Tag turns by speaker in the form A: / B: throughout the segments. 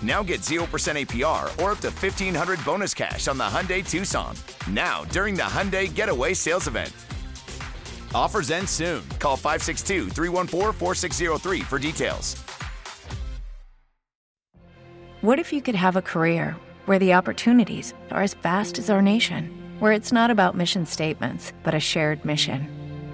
A: Now get 0% APR or up to 1500 bonus cash on the Hyundai Tucson. Now, during the Hyundai Getaway Sales Event. Offers end soon. Call 562 314 4603 for details.
B: What if you could have a career where the opportunities are as vast as our nation, where it's not about mission statements, but a shared mission?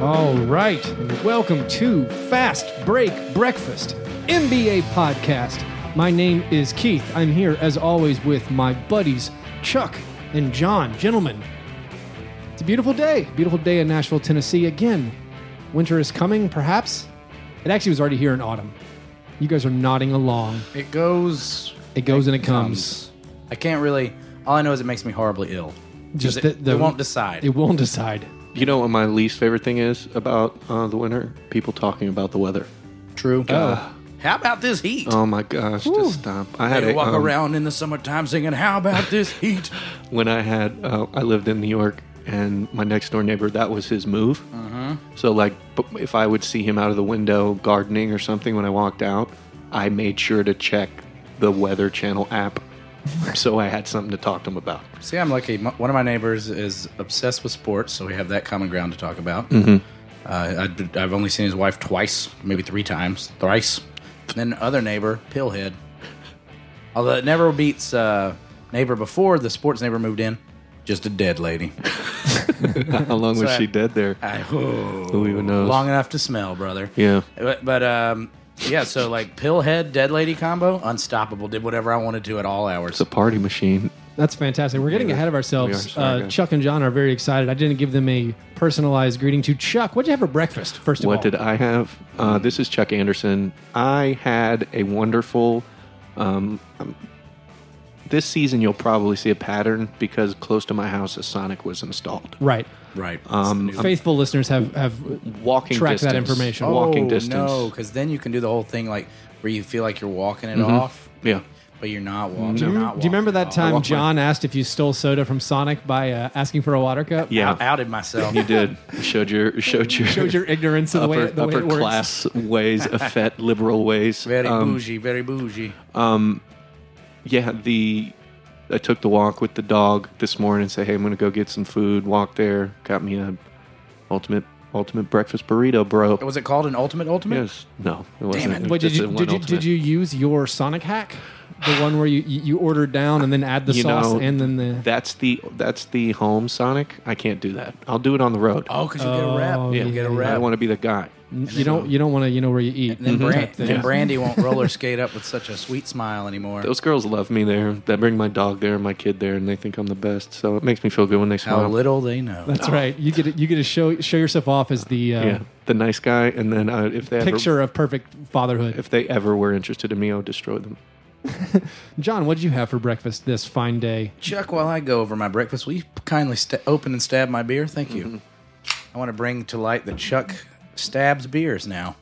C: All right, and welcome to Fast Break Breakfast, NBA podcast. My name is Keith. I'm here as always with my buddies Chuck and John. Gentlemen, it's a beautiful day. Beautiful day in Nashville, Tennessee. Again, winter is coming, perhaps. It actually was already here in autumn. You guys are nodding along.
D: It goes.
C: It goes and it comes.
D: I can't really. All I know is it makes me horribly ill. Just
C: that
D: it, it won't decide.
C: It won't decide.
E: You know what my least favorite thing is about uh, the winter? People talking about the weather.
D: True. How about this heat?
E: Oh my gosh, just stop! I had
D: they
E: a,
D: walk
E: um,
D: around in the summertime singing, "How about this heat?"
E: when I had uh, I lived in New York, and my next door neighbor that was his move.
D: Uh-huh.
E: So like, b- if I would see him out of the window gardening or something when I walked out, I made sure to check the Weather Channel app, so I had something to talk to him about.
D: See, I'm lucky. M one of my neighbors is obsessed with sports, so we have that common ground to talk about.
E: Mm-hmm.
D: Uh, I, have only seen his wife twice, maybe three times, thrice. And then other neighbor, Pillhead. Although it never beats uh, neighbor before the sports neighbor moved in, just a dead lady.
E: How long was
D: So I-
E: she dead there?
D: I, oh,
E: Who even knows?
D: Long enough to smell, brother.
E: Yeah.
D: But, but, um, yeah, so like Pillhead, Dead Lady combo, unstoppable. Did whatever I wanted to at all hours.
E: It's a party machine.
C: That's fantastic. We're getting ahead of
E: We are.
C: ourselves. uh,
E: Sorry, guys.
C: Chuck and John are very excited. I didn't give them a personalized greeting to Chuck. What'd you have for breakfast, first of all?
E: What did I have?
C: Mm-hmm.
E: Uh, this is Chuck Anderson. I had a wonderful. Um, um, this season, you'll probably see a pattern because close to my house, a Sonic was installed.
C: Right.
D: right.
E: Um,
D: It's the new-
C: Faithful listeners have, have
E: Walking
C: Track that
E: distance.
C: information.
E: Walking
D: Oh,
E: distance.
D: No, because then you can do the whole thing like where you feel like you're walking
E: Mm-hmm.
D: it off,
E: Yeah.
D: but you're not walking.
C: Do you,
D: you're
C: do
D: not
C: you remember
D: walking
C: that
D: it
C: time
D: off.
C: John asked if you stole soda from Sonic by uh, asking for a water cup?
E: Yeah.
D: I outed myself.
E: You did. You Showed your showed your
C: Showed your ignorance of the way,
E: upper,
C: the way
E: upper
C: it works.
E: class ways, effete liberal ways.
D: Very
E: Um,
D: bougie, very bougie.
E: yeah, the I took the walk with the dog this morning and said, "Hey, I'm gonna go get some food." Walked there, got me a ultimate ultimate breakfast burrito, bro.
D: Was it called an ultimate ultimate?
E: Yes, no, it wasn't.
D: it.
C: Wait, did
E: Just
C: you,
E: the one
C: did, you,
E: ultimate.
C: did you use your Sonic hack? The one where you, you you order down and then add the
E: You
C: sauce
E: know,
C: and then the.
E: That's the that's the home Sonic. I can't do that. I'll do it on the road.
D: Oh, because you get a
C: Oh,
D: rep.
C: yeah,
D: you get a
C: yeah,
D: rep.
E: I want to be the guy.
C: you don't you don't want to you know where you eat.
E: Mm-hmm.
D: And then, Bran-
C: type thing.
D: then Brandy won't roller skate up with such a sweet smile anymore.
E: Those girls love me there. They bring my dog there, and my kid there, and they think I'm the best. So it makes me feel good when they
D: How
E: smile.
D: little they know.
C: That's right. You get you get to show show yourself off as the uh,
E: yeah, the nice guy. And then uh, if they
C: picture
E: ever,
C: of perfect fatherhood.
E: if they ever were interested in me, I would destroy them.
C: John, what did you have for breakfast this fine day?
D: Chuck, while I go over my breakfast, will you kindly sta open and stab my beer? Thank you. I want to bring to light that Chuck stabs beers now.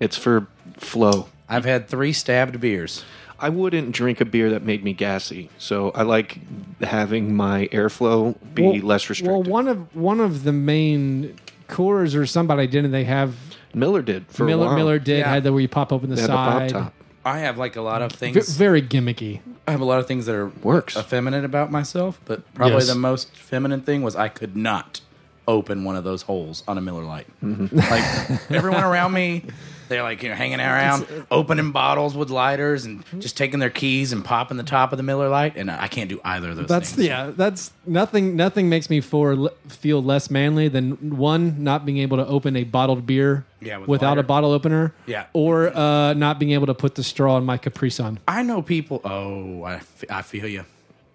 E: It's for flow.
D: I've had three stabbed beers.
E: I wouldn't drink a beer that made me gassy. So I like having my airflow be less restricted.
C: Well, one of one of the main Coors or somebody didn't they have
E: Miller did for a
C: Miller
E: while.
C: Miller did
D: Yeah.
C: had the where you pop open the
E: They had the
C: side.
E: pop top.
D: I have like a lot of
C: V-
D: things.
C: very gimmicky.
D: I have a lot of things that are
E: Works.
D: effeminate about myself, but probably
C: Yes.
D: the most feminine thing was I could not open one of those holes on a Miller Lite. Mm-hmm. Like everyone around me, they're like you know hanging around, opening bottles with lighters and just taking their keys and popping the top of the Miller Lite, and I can't do either of those.
C: That's
D: things.
C: yeah. That's nothing. Nothing makes me for le- feel less manly than one not being able to open a bottled beer
D: Yeah, with
C: without
D: water.
C: a bottle opener.
D: Yeah.
C: or uh, not being able to put the straw in my Capri Sun.
D: I know people. Oh, I, f- I feel you.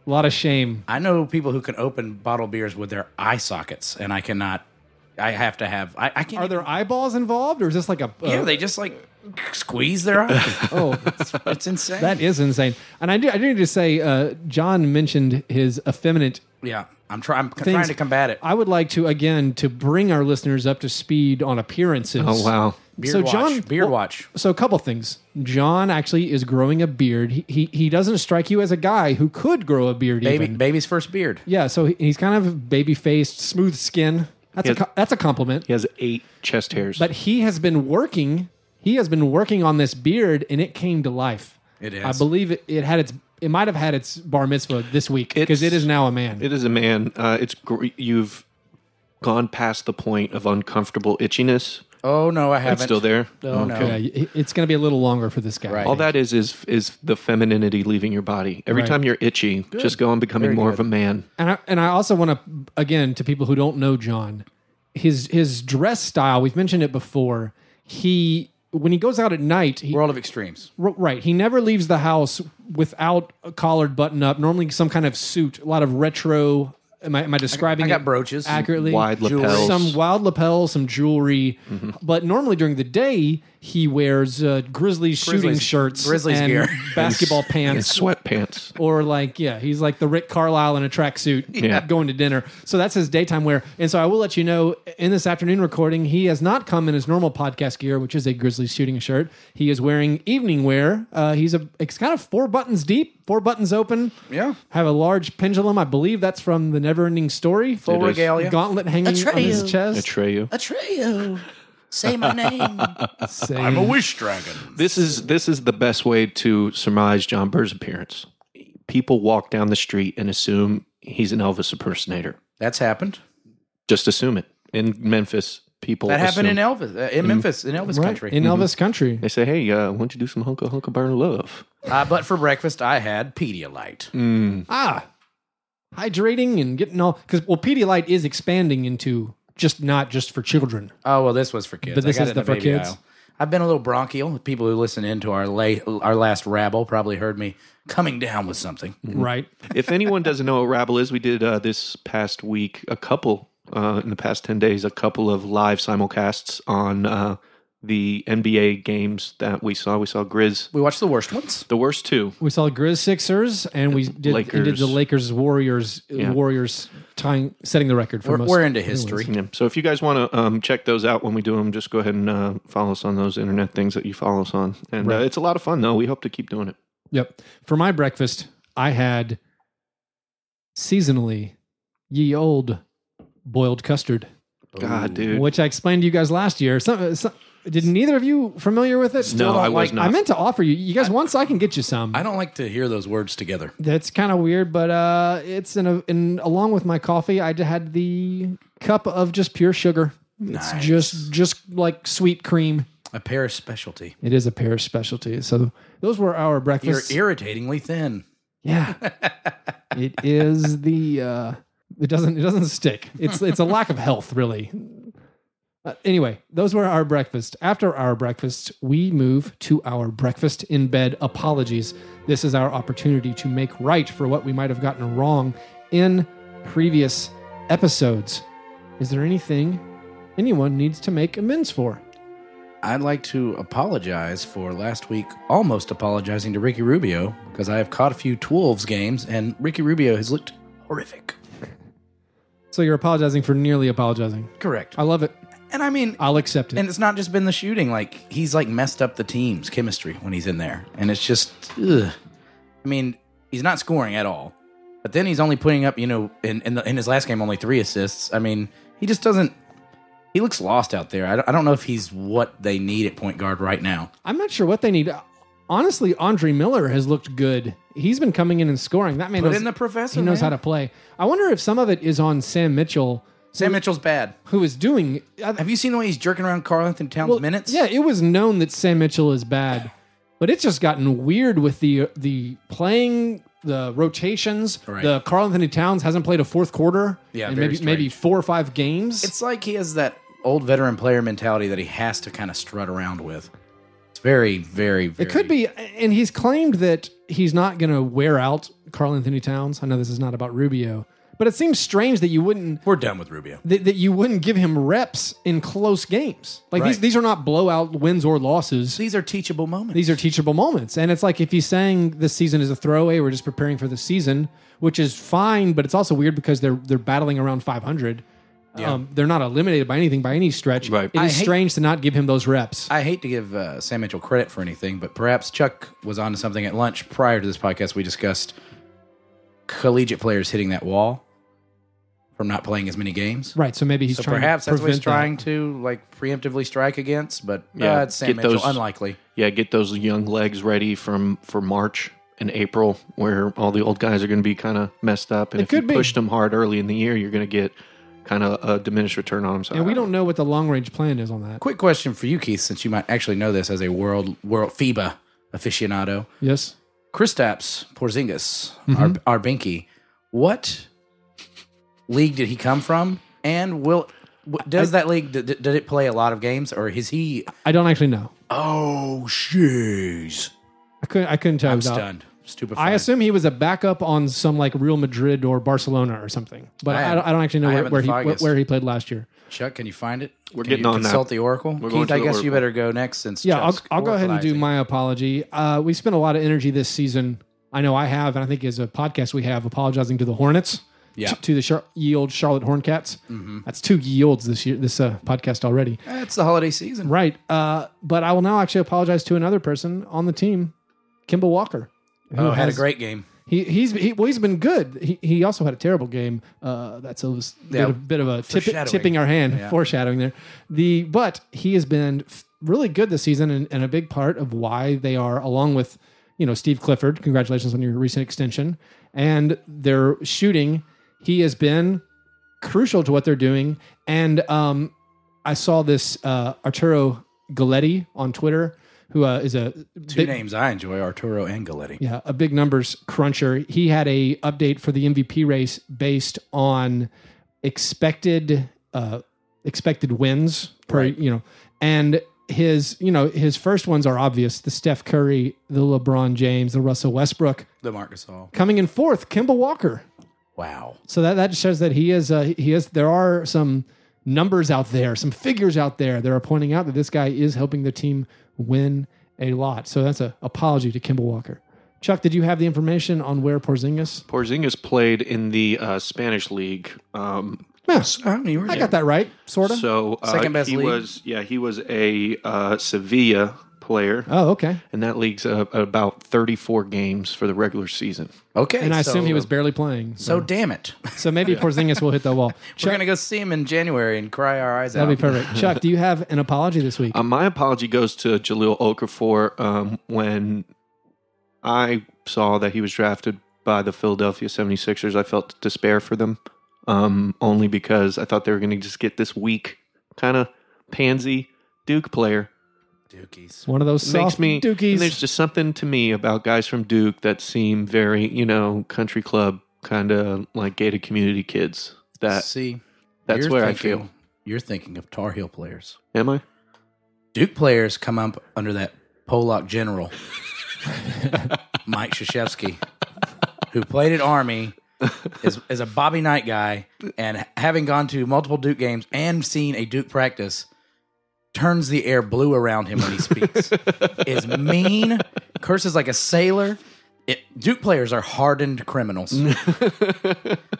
C: A lot of shame.
D: I know people who can open bottle beers with their eye sockets, and I cannot. I have to have. I, I can't.
C: Are there eyeballs involved, or is this like a?
D: Yeah, they just like squeeze their eye.
C: oh,
D: it's insane.
C: that is insane. And I do. I do need to say, uh, John mentioned his effeminate
D: Yeah, I'm trying. I'm c-
C: things.
D: trying to combat it.
C: I would like to again to bring our listeners up to speed on appearances.
E: Oh wow.
D: Beard
C: so
D: watch.
C: John-
D: beard
C: well-
D: watch.
C: So a couple things. John actually is growing a beard. He he, he doesn't strike you as a guy who could grow a beard.
D: Baby,
C: even.
D: baby's first beard.
C: yeah. So he- he's kind of baby faced, smooth skin. That's a
E: Yes.
C: co- that's a compliment.
E: He has eight chest hairs.
C: But he has been working. He has been working on this beard, and it came to life.
D: It
C: I
D: has.
C: believe it, it had its. It might have had its bar mitzvah this week because it
E: It's-
C: is now a man.
E: It is a man. Uh, it's gr- you've gone past the point of uncomfortable itchiness.
D: Oh no, I haven't.
E: It's still there.
D: Oh no.
C: yeah, it- it's going to be a little longer for this guy.
D: Right.
E: All that is is is the femininity leaving your body. Every
C: Right.
E: time you're itchy, just go on becoming more of a man.
C: and I, and I also want to again to people who don't know John, his his dress style. We've mentioned it before. He when he goes out at night, he,
D: World of extremes.
C: r- right? He never leaves the house without a collared button up. Normally, some kind of suit. A lot of retro. Am I, am I describing?
D: I got
C: it
D: brooches.
C: accurately.
E: Wide
C: Jewelry.
E: lapels.
C: some wild lapels, some jewelry.
D: Mm-hmm.
C: But normally during the day, he wears uh, Grizzlies shooting
D: Grizzlies-
C: shirts,
D: Grizzlies
C: and
D: gear.
C: basketball
E: And
C: pants,
E: sweatpants.
C: or like yeah, he's like the Rick Carlisle in a tracksuit going to dinner. So that's his daytime wear. And so I will let you know in this afternoon recording, he has not come in his normal podcast gear, which is a Grizzlies shooting shirt. He is wearing evening wear. Uh, he's a it's kind of four buttons deep, four buttons open.
D: Yeah.
C: have a large pendulum. I believe that's from the Neverending Story.
D: Full
E: It is.
D: regalia.
C: Gauntlet hanging on his
F: Atreyu.
C: chest.
E: Atreyu.
F: Atreyu, say my name.
C: I'm a
D: wish dragon.
E: This is this is the best way to surmise John Burr's appearance. People walk down the street and assume he's an Elvis impersonator.
D: That's happened.
E: Just assume it. In Memphis, people
D: That happened in
E: assume-
D: Elvis, uh, in Memphis, in Elvis country.
C: in
E: Mm-hmm.
C: Elvis country.
E: They say, "Hey, uh, why don't you do some hunka hunka burn love?"
D: uh, but for breakfast, I had Pedialyte.
C: ah, hydrating and getting all because well, Pedialyte is expanding into just not just for children.
D: Oh well, this was for kids.
C: But this
D: I got
C: is
D: it in the,
C: the for
D: baby
C: kids?
D: aisle. I've been a little bronchial. People who listen into our late, our last rabble probably heard me coming down with something.
E: Mm-hmm.
C: Right.
E: if anyone doesn't know what rabble is, we did uh, this past week a couple uh, in the past ten days a couple of live simulcasts on uh, the NBA games that we saw. We saw Grizz,
D: We watched the worst ones.
E: the worst two.
C: We saw Grizz Sixers and we did, and did
E: Lakers.
C: the Lakers Warriors
E: Yeah.
C: Warriors tying setting the record for
D: We're,
C: most.
D: we're into history.
E: Yeah. So if you guys want to um, check those out when we do them, just go ahead and uh, follow us on those internet things that you follow us on. And uh, it's a lot of fun though. We hope to keep doing it.
C: Yep. For my breakfast, I had seasonally ye old boiled custard,
E: God, dude.
C: which I explained to you guys last year. Some, some, did neither of you familiar with it?
E: no, I
D: don't
E: was
D: like-
E: not.
C: I meant to offer you. You guys, once I can get you some.
D: I don't like to hear those words together.
C: That's kind of weird, but uh, it's in a in along with my coffee. I had the cup of just pure sugar. It's just just like sweet cream.
D: A Paris specialty.
C: It is a Paris specialty. So those were our
D: You're
C: breakfasts.
D: irritatingly thin.
C: yeah, it is the. Uh, it doesn't. It doesn't stick. It's it's a lack of health, really. Uh, anyway, those were our breakfast. After our breakfast, we move to our breakfast in bed apologies. This is our opportunity to make right for what we might have gotten wrong in previous episodes. Is there anything anyone needs to make amends for?
D: I'd like to apologize for last week almost apologizing to Ricky Rubio because I have caught a few Twolves games and Ricky Rubio has looked horrific.
C: So you're apologizing for nearly apologizing.
D: Correct.
C: I love it.
D: And I mean,
C: I'll accept it.
D: and it's not just been the shooting. Like he's like messed up the team's chemistry when he's in there, and it's just, ugh. I mean, he's not scoring at all. But then he's only putting up, you know, in in, the, in his last game, only three assists. I mean, he just doesn't. He looks lost out there. I don't, I don't know if he's what they need at point guard right now.
C: I'm not sure what they need. honestly, Andre Miller has looked good. He's been coming in and scoring. That man
D: Put
C: knows,
D: in the professor,
C: He knows
D: man.
C: how to play. I wonder if some of it is on Sam Mitchell,
D: Sam Mitchell's bad.
C: who is doing. I-
D: Have you seen the way he's jerking around Carl Anthony Towns
C: well,
D: minutes?
C: Yeah, it was known that Sam Mitchell is bad, but it's just gotten weird with the uh, the playing, the rotations.
D: Right.
C: The Carl Anthony Towns hasn't played a fourth quarter.
D: Yeah,
C: in
D: very
C: maybe maybe
D: strange.
C: four or five games.
D: It's like he has that old veteran player mentality that he has to kind of strut around with. It's very, very, very.
C: It could be, and he's claimed that he's not going to wear out Carl Anthony Towns. I know this is not about Rubio, but it seems strange that you wouldn't
D: We're done with Rubio.
C: that, that you wouldn't give him reps in close games. Like these,
D: Right.
C: these are not blowout wins or losses.
D: These are teachable moments.
C: These are teachable moments, and it's like if he's saying this season is a throwaway, we're just preparing for the season, which is fine, but it's also weird because they're they're battling around 500. Um, they're not eliminated by anything by any stretch.
E: Right.
C: It
D: I
C: is
D: hate-
C: strange to not give him those reps.
D: I hate to give uh, Sam Mitchell credit for anything, but perhaps Chuck was onto something at lunch prior to this podcast. We discussed collegiate players hitting that wall from not playing as many games.
C: right. So maybe he's
D: So
C: trying.
D: perhaps
C: to
D: that's what he's
C: prevent that.
D: trying to like preemptively strike against, but yeah,
E: Yeah,
D: uh, it's Sam
E: get
D: Mitchell,
E: those-
D: unlikely.
E: Yeah, get those young legs ready from for March and April, where all the old guys are going to be kind of messed up. And
C: It
E: if you
C: could be.
E: pushed them hard early in the year, you're going to get kind of a diminished return on them. So
C: And we don't know what the long range plan is on that.
D: Quick question for you, Keith, since you might actually know this as a world world FIBA aficionado.
C: Yes.
D: Kristaps Porzingis,
C: Mm-hmm.
D: our, our Binky, what league did he come from? And will w- does that league did, did it play a lot of games, or is he?
C: I don't actually know.
D: Oh, jeez!
C: I couldn't. I couldn't tell.
D: I'm
C: without-
D: stunned, stupefied.
C: I assume he was a backup on some like Real Madrid or Barcelona or something, but
D: I
C: I,
D: haven't-
C: don't, I don't actually know
D: I
C: where,
D: haven't
C: where
D: the
C: he where,
D: foggiest.
C: where he played last year.
D: Chuck, can you find it?
E: We're
D: Can
E: getting
D: you
E: on that.
D: consult the Oracle.
E: We're going
D: Keith,
E: to
D: I
E: the
D: guess you
E: Oracle.
D: better go next since
C: Yeah, I'll,
D: Chuck's
C: I'll go ahead and do
D: oracleizing.
C: my apology. Uh, we spent a lot of energy this season. I know I have, and I think as a podcast we have apologizing to the Hornets,
D: Yeah. Mm-hmm.
C: to, to the Char- ye old Charlotte Horncats. That's two ye olds this year, this uh, podcast already,
D: Eh, It's the holiday season.
C: right? Uh, but I will now actually apologize to another person on the team, Kimball Walker, who
D: Oh, had a
C: has-
D: great game.
C: He, he's he, well, he's been good. He, he also had a terrible game. Uh, that's a bit,
D: Yeah,
C: of, bit of a tip,
D: foreshadowing.
C: tipping our hand,
D: Yeah.
C: foreshadowing there. The but he has been f- really good this season, and, and a big part of why they are, along with you know Steve Clifford. Congratulations on your recent extension and their shooting. He has been crucial to what they're doing. And um, I saw this uh, Arturo Galetti on Twitter, who uh, is a
D: Two
C: big-
D: names I enjoy: Arturo and Galetti.
C: yeah, a big numbers cruncher. He had a update for the MVP race based on expected uh expected wins per
D: Right.
C: you know and his you know his first ones are obvious the Steph Curry, the LeBron James, the Russell Westbrook
D: The Marcus Hall.
C: coming in fourth, Kimball Walker.
D: Wow.
C: So that that shows that he is uh, he is there are some numbers out there, some figures out there that are pointing out that this guy is helping the team win a lot. So that's a apology to Kimball Walker. Chuck, did you have the information on where Porzingis?
E: Porzingis played in the uh, Spanish league. Um,
D: I, mean, you were
C: I got that right, sort of.
E: so uh,
D: Second best
E: he
D: league.
E: was yeah he was a uh, Sevilla player,
C: oh, okay.
E: and that league's uh, about 34 games for the regular season.
D: Okay.
C: And I
D: so-
C: assume he was barely playing. So,
D: So damn it.
C: so maybe Porzingis will hit the wall.
D: We're
C: Chuck,
D: gonna go see him in January and cry our eyes out.
C: that'd be perfect. Chuck, do you have an apology this week?
E: Uh, my apology goes to Jaleel Okafor um, when I saw that he was drafted by the Philadelphia 76ers. I felt despair for them um, only because I thought they were going to just get this weak, kind of pansy Duke player.
D: Dookies.
C: One of those
E: It
C: soft
E: makes me
C: dookies.
E: And there's just something to me about guys from Duke that seem very, you know, country club kind of like gated community kids. That
D: see,
E: that's
D: you're
E: where I
D: thinking-
E: feel.
D: You're thinking of Tar Heel players.
E: Am I?
D: Duke players come up under that Polak general, Mike Krzyzewski, who played at Army, is, is a Bobby Knight guy, and having gone to multiple Duke games and seen a Duke practice, turns the air blue around him when he speaks, is mean, curses like a sailor. It, Duke players are hardened criminals.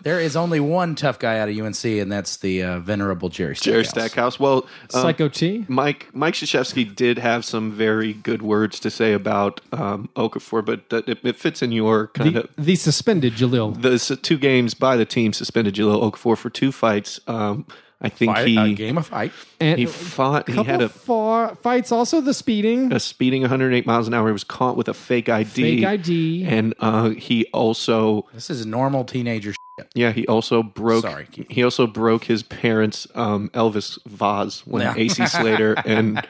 D: there is only one tough guy out of UNC, and that's the uh, venerable Jerry Stackhouse.
E: Jerry Stackhouse. Well, um,
C: Psycho T.
E: Mike Mike Krzyzewski did have some very good words to say about um, Okafor, but that it, it fits in your kind
C: The,
E: of
C: the suspended Jalil.
E: the s- two games by the team suspended Jalil Okafor for two fights. Um, I think
D: Fight,
E: he
D: a game of fight.
C: And
E: he fought. He
C: couple
E: had a,
C: fa- fights. Also, the speeding.
E: a speeding 108 miles an hour. He was caught with a fake ID.
C: Fake ID.
E: And uh, he also,
D: This is normal teenager. Shit.
E: yeah, he also broke.
D: Sorry, Keith.
E: he also broke his parents' um, Elvis vase when
D: Yeah.
E: AC Slater and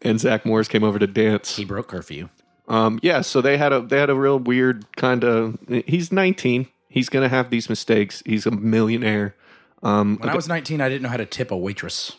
E: and Zach Morris came over to dance.
D: He broke curfew.
E: Um, yeah, so they had a they had a real weird kind of. He's 19. He's gonna have these mistakes. He's a millionaire. Um,
D: When I was 19, I didn't know how to tip a waitress.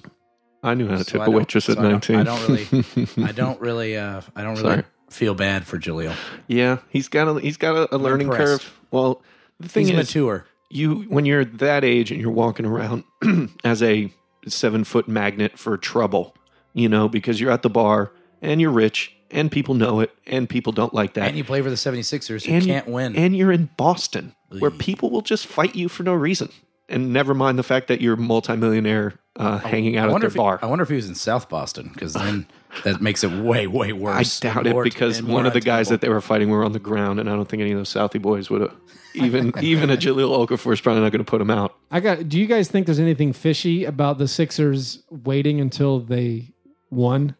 E: I knew how to
D: So
E: tip
D: I
E: a
D: don't-
E: waitress at
D: so I don't-
E: 19.
D: I don't really, I don't really, uh, I don't really
E: Sorry.
D: feel bad for Jaleel.
E: yeah, he's got a he's got a, a learning
D: impressed.
E: curve. Well, the thing
D: He's
E: is,
D: mature.
E: you when you're that age and you're walking around as a seven foot magnet for trouble, you know, because you're at the bar and you're rich and people know it and people don't like that.
D: And you play for the 76ers who
E: And you-
D: can't win.
E: And you're in Boston, where people will just fight you for no reason. And never mind the fact that you're a multimillionaire uh, hanging out
D: I
E: at
D: wonder
E: their
D: if he-
E: bar.
D: I wonder if he was in South Boston because then that makes it way, way
E: I
D: worse.
E: doubt
D: And
E: it
D: more-
E: because
D: and
E: one
D: more
E: of the guys that
D: untenable.
E: they were fighting were on the ground, and I don't think any of those Southie boys would have. Even even a Jaleel Okafor is probably not going to put him out.
C: I got. Do you guys think there's anything fishy about the Sixers waiting until they won?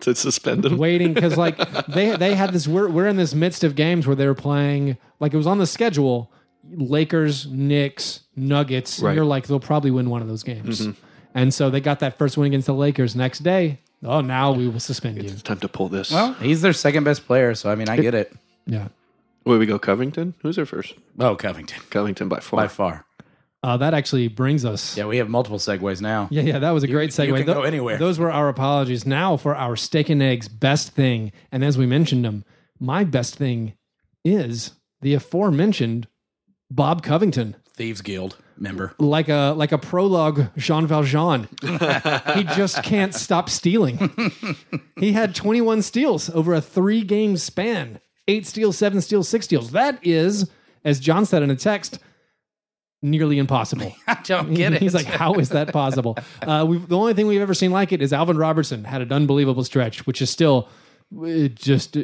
E: to suspend him.
C: Waiting because like they they had this. We're we're in this midst of games where they were playing. Like it was on the schedule. Lakers, Knicks, Nuggets.
E: Right. Mm-hmm.
C: And you're like they'll probably win one of those games. And so they got that first win against the Lakers. Next day, oh now we will suspend you.
E: It's time to pull this.
D: Well, he's their second best player, so I mean, I get it.
C: Yeah.
E: Where we go, Covington? Who's our first?
D: Oh, Covington.
E: Covington by four.
D: By far.
C: Uh, that actually brings us.
D: Yeah, we have multiple segues now.
C: Yeah, yeah, that was a great
D: you
C: segue.
D: can
C: Tho-
D: go anywhere.
C: Those were our apologies. Now for our steak and eggs best thing, and as we mentioned them, my best thing is the aforementioned Bob Covington,
D: Thieves Guild member.
C: like a like a prologue Jean Valjean. he just can't stop stealing. he had 21 steals over a three game span, eight steals, seven steals, six steals. That is, as John said in a text, nearly impossible.
D: I don't get it.
C: He's like, how is that possible? Uh, we've, the only thing we've ever seen like it is Alvin Robertson had an unbelievable stretch, which is still it just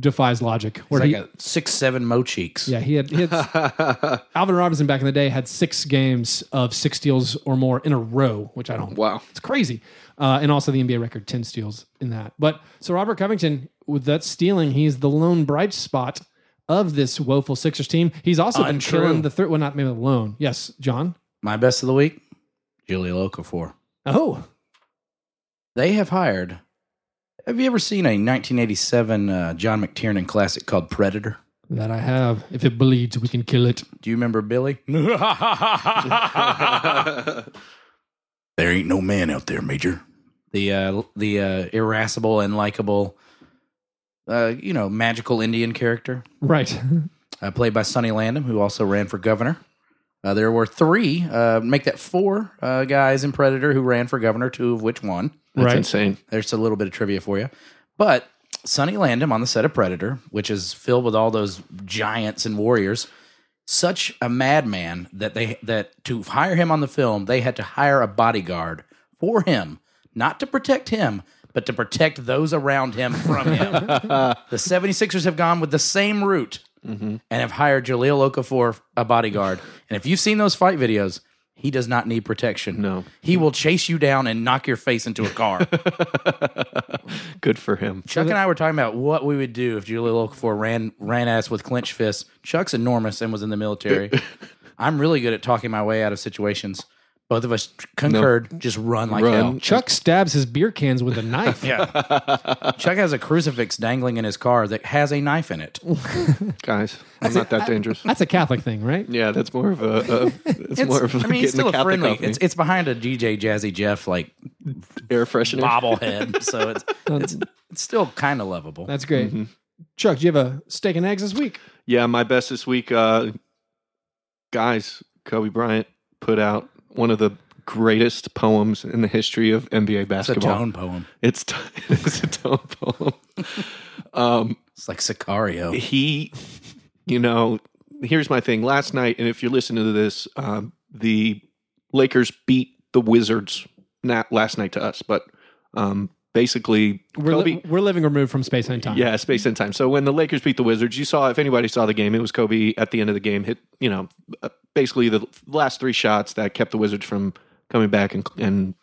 C: defies logic. Where
D: It's like
C: he,
D: a six seven mo cheeks.
C: yeah, he had, he had Alvin Robinson back in the day had six games of six steals or more in a row, which I don't.
E: Wow.
C: it's crazy. Uh, and also the NBA record ten steals in that. But so Robert Covington with that stealing, he's the lone bright spot of this woeful Sixers team. He's also been
D: Untrue.
C: killing the third. Well, not maybe alone. Yes, John.
D: My best of the week, Jaleel Okafor.
C: Oh,
D: They have hired. Have you ever seen a 1987 uh, John McTiernan classic called Predator?
C: That I have. If it bleeds, we can kill it.
D: Do you remember Billy? There ain't no man out there, Major. The uh, the uh, irascible and likable, uh, you know, magical Indian character,
C: Right.
D: uh, played by Sonny Landham, who also ran for governor. Uh, there were three, uh, make that four uh, guys in Predator who ran for governor, two of which won.
E: That's
C: right.
E: insane.
D: There's a little bit of trivia for you. But Sonny Landham on the set of Predator, which is filled with all those giants and warriors, such a madman that they that to hire him on the film, they had to hire a bodyguard for him, not to protect him, but to protect those around him from him. the 76ers have gone with the same route and have hired Jaleel Okafor a bodyguard. and if you've seen those fight videos, he does not need protection.
E: No.
D: He will chase you down and knock your face into a car.
E: Good for him.
D: Chuck and I were talking about what we would do if Jaleel Okafor ran ran ass with clenched fists. Chuck's enormous and was in the military. I'm really good at talking my way out of situations. Both of us concurred. Just run like
E: Run.
D: hell.
C: Chuck stabs his beer cans with a knife.
D: Yeah. Chuck has a crucifix dangling in his car that has a knife in it.
E: Guys, I'm not that dangerous.
C: That's a Catholic thing, right?
E: Yeah, that's more of a. a it's,
D: It's,
E: more of
D: I mean,
E: getting
D: it's still
E: the
D: a
E: Catholic
D: friendly.
E: off me.
D: It's, it's behind a DJ Jazzy Jeff like
E: air freshener.
D: bobblehead, so it's it's, it's still kind of lovable.
C: That's great.
E: Mm-hmm.
C: Chuck, do you have a steak and eggs this week?
E: Yeah, my best this week, uh, guys. Kobe Bryant put out one of the greatest poems in the history of
D: It's
E: NBA
D: a
E: basketball.
D: tone poem.
E: It's t- it's a tone poem. um,
D: It's like Sicario.
E: he, you know, here's my thing. Last night, and if you're listening to this, um, the Lakers beat the Wizards. Not last night to us, but um, basically
C: We're,
E: Kobe.
C: li- we're living removed from space and time.
E: yeah, space and time. So when the Lakers beat the Wizards, you saw if anybody saw the game, it was Kobe at the end of the game hit. You know, uh, basically the last three shots that kept the Wizards from coming back and and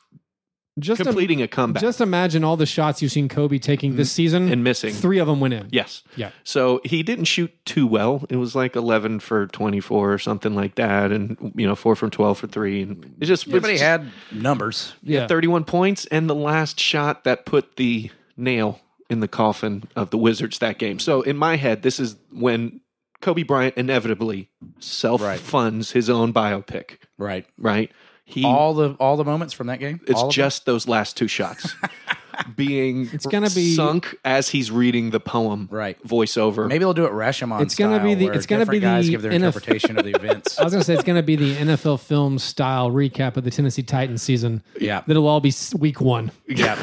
C: just
E: completing a comeback
C: Just imagine all the shots you've seen Kobe taking this season
E: and missing.
C: Three of them went in.
E: Yes.
C: Yeah.
E: So he didn't shoot too well. It was like 11 for 24 or something like that. And, you know, four from 12 for three. And it just,
D: Everybody
E: it's
D: had numbers.
C: Yeah.
E: 31 points and the last shot that put the nail in the coffin of the Wizards that game. So in my head, this is when Kobe Bryant inevitably self funds his own biopic,
D: Right.
E: right? He,
D: All the all the moments from that game.
E: E it's
D: All of them?
E: just those last two shots. Being it's
C: gonna be-
E: sunk as he's reading the poem,
D: Right.
E: Voiceover,
D: maybe they'll do it Rashomon.
C: It's gonna be
D: style,
C: the-
D: where
C: it's gonna be
D: different guys
C: the
D: give their
C: NF
D: interpretation of the events.
C: I was going to say it's going to be the NFL film style recap of the Tennessee Titans season.
D: Yeah.
C: That'll all be s- week one.
D: Yeah.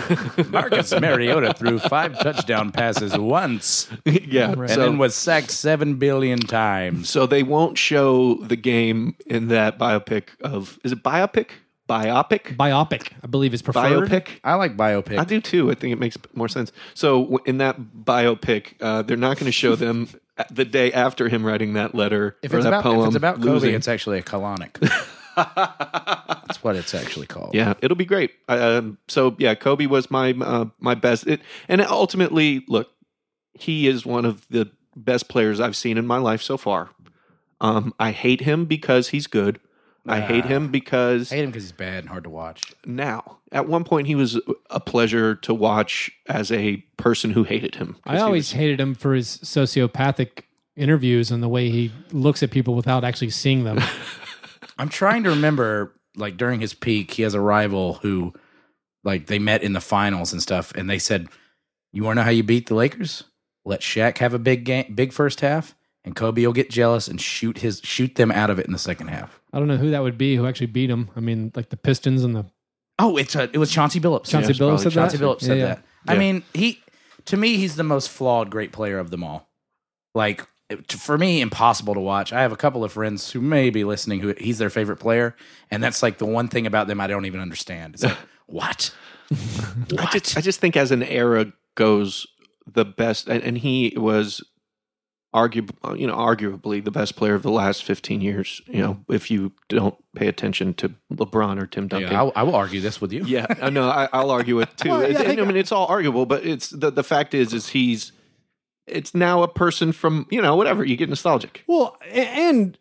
D: Marcus Mariota threw five touchdown passes once
E: yeah.
D: and then was sacked seven billion times.
E: So they won't show the game in that biopic of is it biopic? Biopic?
C: Biopic, I believe, is preferred.
E: Biopic?
D: I like biopic.
E: I do too. I think it makes more sense. So w- in that biopic, uh, they're not going to show them a- the day after him writing that letter
D: if
E: or
D: it's
E: that
D: about
E: poem.
D: if it's about Kobe,
E: losing.
D: it's actually a colonic. That's what it's actually called.
E: yeah, it'll be great. Um, so yeah, Kobe was my uh, my best. It, and ultimately, look, he is one of the best players I've seen in my life so far. Um, I hate him because he's good. I hate him because
D: I hate him because he's bad and hard to watch.
E: now. At one point, he was a pleasure to watch as a person who hated him.
C: I always hated him for his sociopathic interviews and the way he looks at people without actually seeing them.
D: I'm trying to remember, like during his peak, he has a rival who, like, they met in the finals and stuff, and they said, "You want to know how you beat the Lakers? Let Shaq have a big game, big first half, and Kobe will get jealous and shoot his shoot them out of it in the second half."
C: I don't know who that would be who actually beat him. I mean, like the Pistons and the
D: Oh, it's a, it was Chauncey Billups.
C: Chauncey Billups
E: it's probably
C: said that.
D: Chauncey Billups said
C: Yeah, yeah.
D: that. I mean, he to me, he's the most flawed great player of them all. Like it- for me, impossible to watch. I have a couple of friends who may be listening who he's their favorite player, and that's like the one thing about them I don't even understand. It's like what?
E: I just, I just think as an era goes, the best, and, and he was arguably, you know, arguably the best player of the last fifteen years. You know, if you don't pay attention to LeBron or Tim Duncan.
D: Yeah, I, I will argue this with you.
E: Yeah, I know. I, I'll argue it too. It- I mean, it's all arguable, but it's the the fact is, is he's it's now a person from you know whatever you get nostalgic.
C: Well, a- and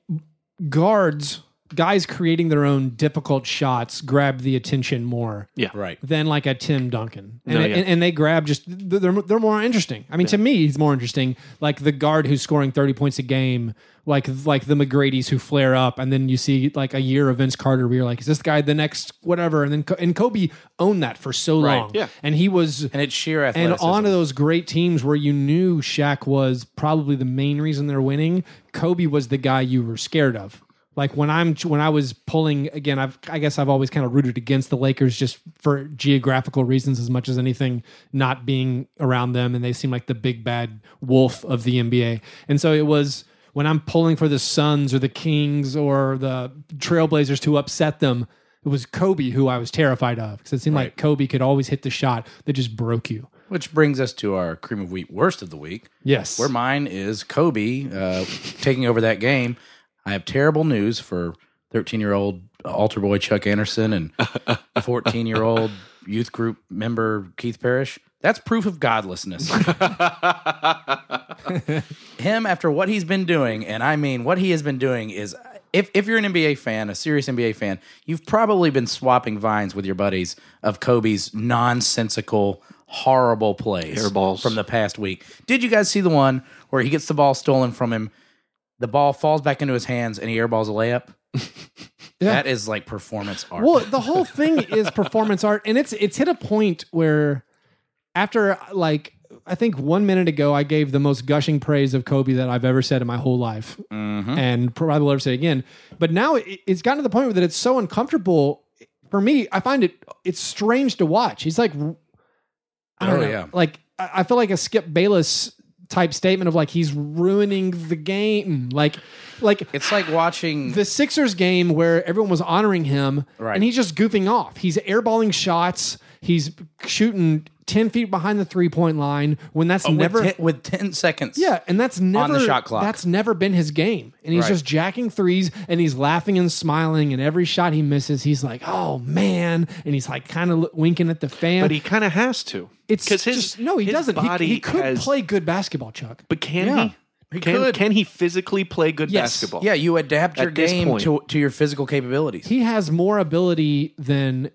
C: guards, guys creating their own difficult shots grab the attention more
E: Yeah,
D: Right.
C: than like a Tim Duncan. And,
E: No,
C: and,
E: yeah.
C: and they grab just, they're, they're more interesting. I mean, to me, he's more interesting. Like the guard who's scoring 30 points a game, like like the McGrady's who flare up. And then you see like a year of Vince Carter where you're like, is this guy the next whatever? And then Co- and Kobe owned that for so long.
E: Yeah.
C: And he was
D: And it's sheer
C: and
D: athleticism.
C: on to those great teams where you knew Shaq was probably the main reason they're winning, Kobe was the guy you were scared of. Like when I'm when I was pulling again, I've I guess I've always kind of rooted against the Lakers just for geographical reasons as much as anything, not being around them, and they seem like the big bad wolf of the NBA. And so it was when I'm pulling for the Suns or the Kings or the Trailblazers to upset them. It was Kobe who I was terrified of because it seemed like Kobe could always hit the shot that just broke you.
D: which brings us to our cream of wheat worst of the week.
C: Yes.
D: Where mine is Kobe uh, taking over that game. I have terrible news for 13 year old altar boy Chuck Anderson and 14 year old youth group member Keith Parrish. That's proof of godlessness. Him, after what he's been doing, and I mean, what he has been doing is if, if you're an NBA fan, a serious NBA fan, you've probably been swapping vines with your buddies of Kobe's nonsensical, horrible plays
E: Airballs.
D: from the past week. Did you guys see the one where he gets the ball stolen from him? The ball falls back into his hands and he airballs a layup. That is like performance art.
C: Well, the whole thing is performance art, and it's it's hit a point where after like I think one minute ago, I gave the most gushing praise of Kobe that I've ever said in my whole life,
D: Mm-hmm.
C: and probably will ever say again. But now it, it's gotten to the point where that it's so uncomfortable for me. I find it it's strange to watch. He's like, I don't
D: Oh,
C: know,
D: yeah.
C: like I I feel like a Skip Bayless type statement of like he's ruining the game, like like
D: It's like watching
C: the Sixers game where everyone was honoring him,
D: Right.
C: and he's just goofing off. He's airballing shots. He's shooting ten feet behind the three point line when that's
D: Oh, with
C: never
D: ten- with 10 seconds.
C: yeah, and that's
D: On
C: never
D: the shot clock.
C: That's never been his game, and he's
D: Right.
C: just jacking threes, and he's laughing and smiling, and every shot he misses, he's like, "Oh man," and he's like kind of winking at the fan.
E: But he kind of has to.
C: it's
E: because his
C: just, no, he
E: his
C: doesn't. He-
E: Body
C: he, could
E: has-
C: play good basketball, Chuck.
E: but can
D: Yeah,
E: he?
D: he
E: can,
D: could.
E: can he physically play good
C: Yes.
E: basketball?
D: Yeah, you adapt
E: At
D: your
E: this
D: game
E: point.
D: to, to your physical capabilities.
C: He has more ability than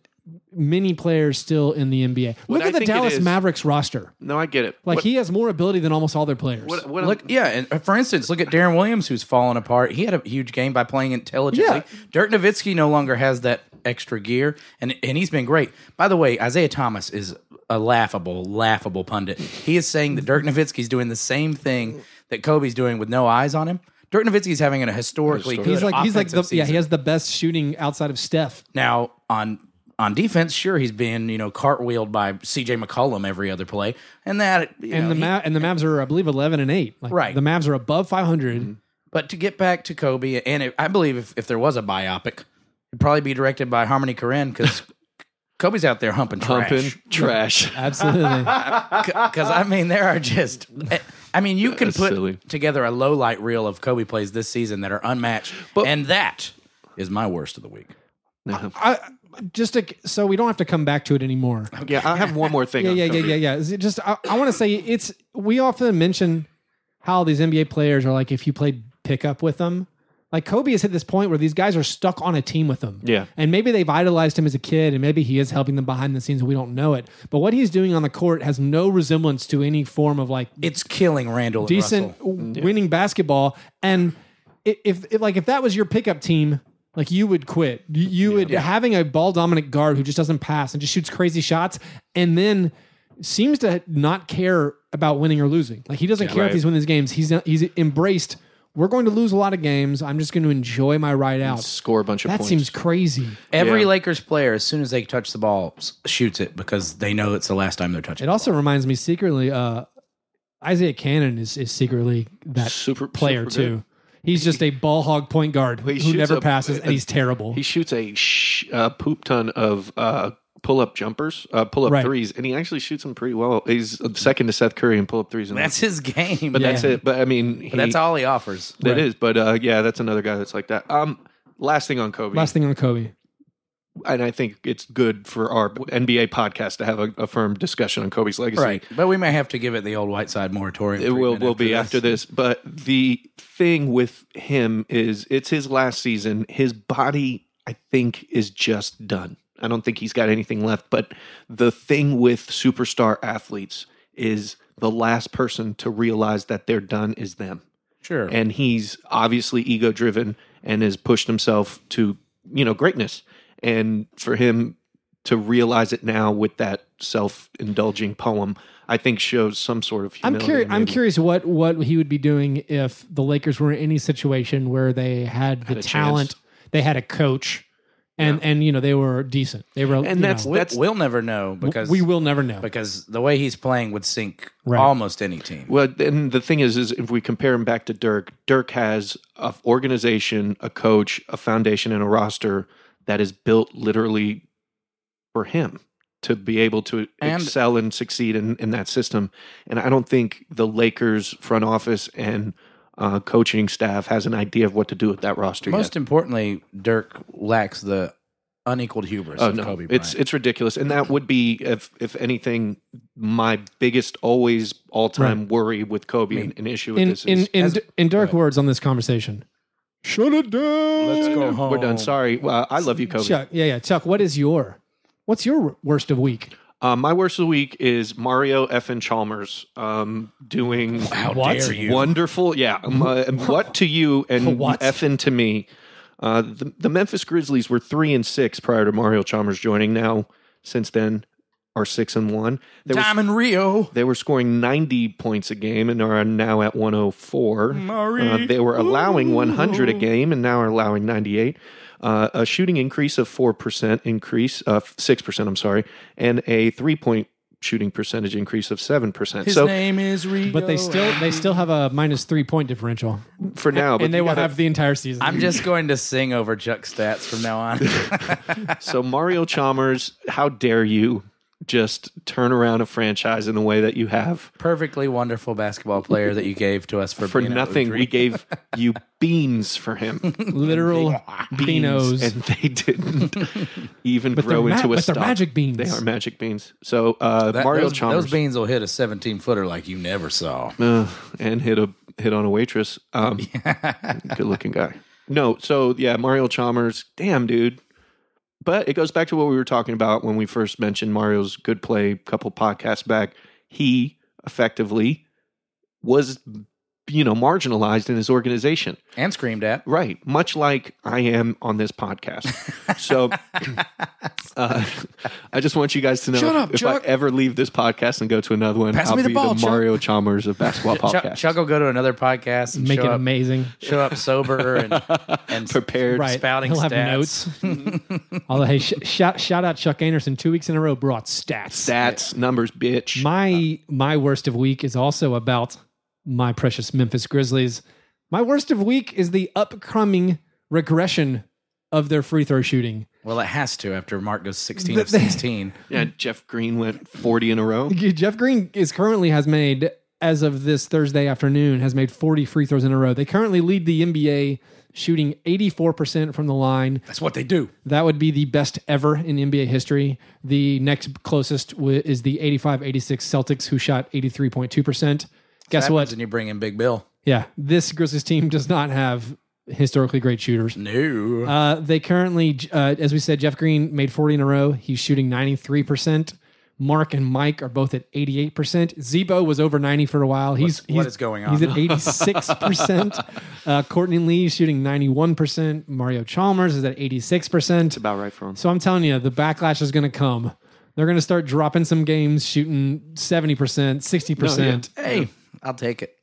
C: many players still in the NBA. Look at
E: I
C: the
E: think it
C: Dallas
E: is-
C: Mavericks roster.
E: No, I get it.
C: Like
E: What-
C: he has more ability than almost all their players.
E: what- what-
D: Look, yeah, and uh, for instance, look at Darren Williams, who's fallen apart. He had a huge game by playing intelligently.
C: Yeah.
D: Dirk Nowitzki no longer has that extra gear, and and he's been great. By the way, Isaiah Thomas is a laughable, laughable pundit. He is saying that Dirk Nowitzki's doing the same thing that Kobe's doing with no eyes on him. Dirk Nowitzki's having a historically good
C: he's like he's like the,
D: offensive
C: yeah he
D: season.
C: has the best shooting outside of Steph.
D: Now on on defense, sure he's being you know cartwheeled by C.J. McCollum every other play, and that you
C: And
D: know,
C: the
D: he-
C: Ma- and the Mavs are I believe eleven and eight. Like,
D: Right.
C: The Mavs are above five
E: Mm-hmm.
D: But to get back to Kobe, and it, I believe if, if there was a biopic, it'd probably be directed by Harmony Korine because Kobe's out there humping
E: pumping
D: trash.
E: trash.
C: Absolutely.
D: Because I mean, there are just, eh, I mean, you can
E: That's
D: put
E: silly.
D: together a low light reel of Kobe plays this season that are unmatched, and that is my worst of the week.
C: I just to, so we don't have to come back to it anymore.
E: yeah, I have one more thing.
C: Yeah,
E: on
C: yeah, yeah,
E: Kobe.
C: yeah, yeah. Is it Just I, I want to say it's we often mention how these NBA players are like if you played pickup with them. Like Kobe has hit this point where these guys are stuck on a team with him.
E: Yeah.
C: And maybe they've idolized him as a kid and maybe he is helping them behind the scenes and we don't know it. But what he's doing on the court has no resemblance to any form of like
D: It's killing Randall. and
C: decent
D: Russell.
E: Mm,
C: w- winning basketball and i- if, if like if that was your pickup team like you would quit you, you would having a ball dominant guard who just doesn't pass and just shoots crazy shots and then seems to not care about winning or losing like he doesn't care if
E: Right.
C: he's winning these games he's he's embraced we're going to lose a lot of games i'm just going to enjoy my ride out
E: Score a bunch of
C: that
E: points.
C: seems crazy
D: Every
E: Yeah.
D: Lakers player, as soon as they touch the ball, s- shoots it because they know it's the last time they're touching.
C: it
D: the
C: also reminds me secretly uh isaiah cannon is, is secretly that
E: Super-
C: player
E: super good.
C: too he's just a ball hog point guard
E: he
C: who
E: shoots
C: never
E: a-
C: passes and he's terrible
E: He shoots a sh- uh, poop ton of uh, pull up jumpers, uh, pull up
C: Right.
E: threes, and he actually shoots them pretty well. He's second to Seth Curry in pull up threes. And
D: ball. That's his game.
E: but that's
D: Yeah.
E: it. But I mean, he,
D: But that's all he offers.
E: that is. But uh, yeah, that's another guy that's like that. Um, last thing on Kobe,
C: last thing on kobe
E: and I think it's good for our NBA podcast to have a, a firm discussion on Kobe's legacy.
D: Right. But we may have to give it the old Whiteside moratorium.
E: It will
D: treatment
E: will be after this. But the thing with him is it's his last season. His body, I think, is just done. I don't think he's got anything left. But the thing with superstar athletes is the last person to realize that they're done is them.
D: Sure.
E: And he's obviously ego driven and has pushed himself to, you know, greatness. And for him to realize it now with that self indulging poem, I think shows some sort of
C: i'm
E: humility.
C: curious i'm
E: maybe.
C: curious what what he would be doing if the lakers were in any situation where they had the
E: a
C: talent they had a coach and and you know they were decent they were you
E: And that's
C: know,
E: that's
D: we'll never know because
C: we will never know
D: because the way he's playing would sink
C: Right.
D: almost any team.
E: Well, and the thing is, is if we compare him back to Dirk, Dirk has a organization, a coach, a foundation, and a roster that is built literally for him to be able to
D: And-
E: excel and succeed in, in that system. And I don't think the Lakers front office and uh, coaching staff has an idea of what to do with that roster
D: Most
E: yet.
D: importantly, Dirk lacks the unequaled hubris
E: Oh
D: of
E: no,
D: Kobe Bryant.
E: it's it's ridiculous, and that would be if if anything, my biggest always all time worry with Kobe and, and issue with
C: in
E: this
C: in
E: is
C: in, in dark words on this conversation shut it down
D: Let's go home.
E: We're done. Sorry. Uh, I love you, Kobe.
C: Chuck, yeah, yeah. Chuck, what is your what's your worst of week?
E: Uh, my worst of the week is Mario F. and Chalmers um, doing
D: How
C: What?
D: dare you?
E: wonderful. Yeah. um, uh, and what to you and
C: What?
E: F and to me. Uh, the, the Memphis Grizzlies were three and six prior to Mario Chalmers joining. Now, since then, are six and one. They were,
D: Time in Rio.
E: they were scoring 90 points a game and are now at 104. Uh, they were allowing 100 a game and now are allowing 98. Uh, a shooting increase of 4% increase, uh, 6%, I'm sorry, and a three point shooting percentage increase of 7%.
D: His
E: so
D: name is Rio.
C: But they still they still have a minus three point differential,
E: for now, but
C: and they
E: you
C: will
E: gotta-
C: have the entire season.
D: I'm just going to sing over Chuck stats from now on.
E: so Mario Chalmers, how dare you? just turn around a franchise in the way that you have.
D: Perfectly wonderful basketball player that you gave to us for
E: For
D: being at
E: nothing,
D: Lutry.
E: we gave you beans for him.
C: Literal
E: beans,
C: beanos.
E: and they didn't even
C: But
E: grow
C: they're ma-
E: into a
C: but they're
E: stalk.
C: magic beans.
E: They are magic beans. So uh,
D: That-
E: Mario
D: those,
E: Chalmers
D: those beans will hit a 17 footer like you never saw.
E: uh, and hit a hit on a waitress. Um, good looking guy. No, so yeah, Mario Chalmers. Damn, dude. But it goes back to what we were talking about when we first mentioned Mario's good play a couple podcasts back. He effectively was, you know, marginalized in his organization.
D: And screamed at.
E: Right. Much like I am on this podcast. So uh, I just want you guys to know
D: Shut
E: if,
D: up,
E: if I
D: Chuck.
E: ever leave this podcast and go to another one,
D: Pass
E: I'll
D: me the
E: be
D: ball,
E: the
D: Chuck.
E: Mario Chalmers of basketball podcast.
D: Chuck, Chuck will go to another podcast and
C: Make
D: show
C: it
D: up,
C: amazing.
D: show up sober and, and
E: Prepared.
C: Right.
D: spouting
C: He'll
D: stats.
C: have notes. Although, hey, sh- shout, shout out Chuck Anderson. Two weeks in a row brought stats.
E: Stats, numbers, bitch.
C: My my worst of week is also about my precious Memphis Grizzlies. My worst of week is the upcoming regression of their free throw shooting.
D: Well, it has to after Mark goes 16 of 16.
E: yeah, Jeff Green went 40 in a row.
C: Jeff Green is currently has made as of this Thursday afternoon has made 40 free throws in a row. They currently lead the NBA shooting 84% from the line.
D: That's what they do.
C: That would be the best ever in NBA history. The next closest w- is the 85-86 Celtics who shot 83.2%. Guess
D: That
C: what?
D: happens when you bring in Big Bill.
C: Yeah, this Grizzlies team does not have historically great shooters.
D: No.
C: Uh, they currently, uh, as we said, Jeff Green made 40 in a row. He's shooting 93%. Mark and Mike are both at 88%. Zebo was over 90 for a while. He's,
D: what
C: he's-
D: is going
C: He's
D: on?
C: at 86%. uh, Courtney Lee is shooting 91%. Mario Chalmers is at 86%.
E: About right for him.
C: So I'm telling you, the backlash is going to come. They're going to start dropping some games, shooting 70%, 60%.
D: hey, I'll take it.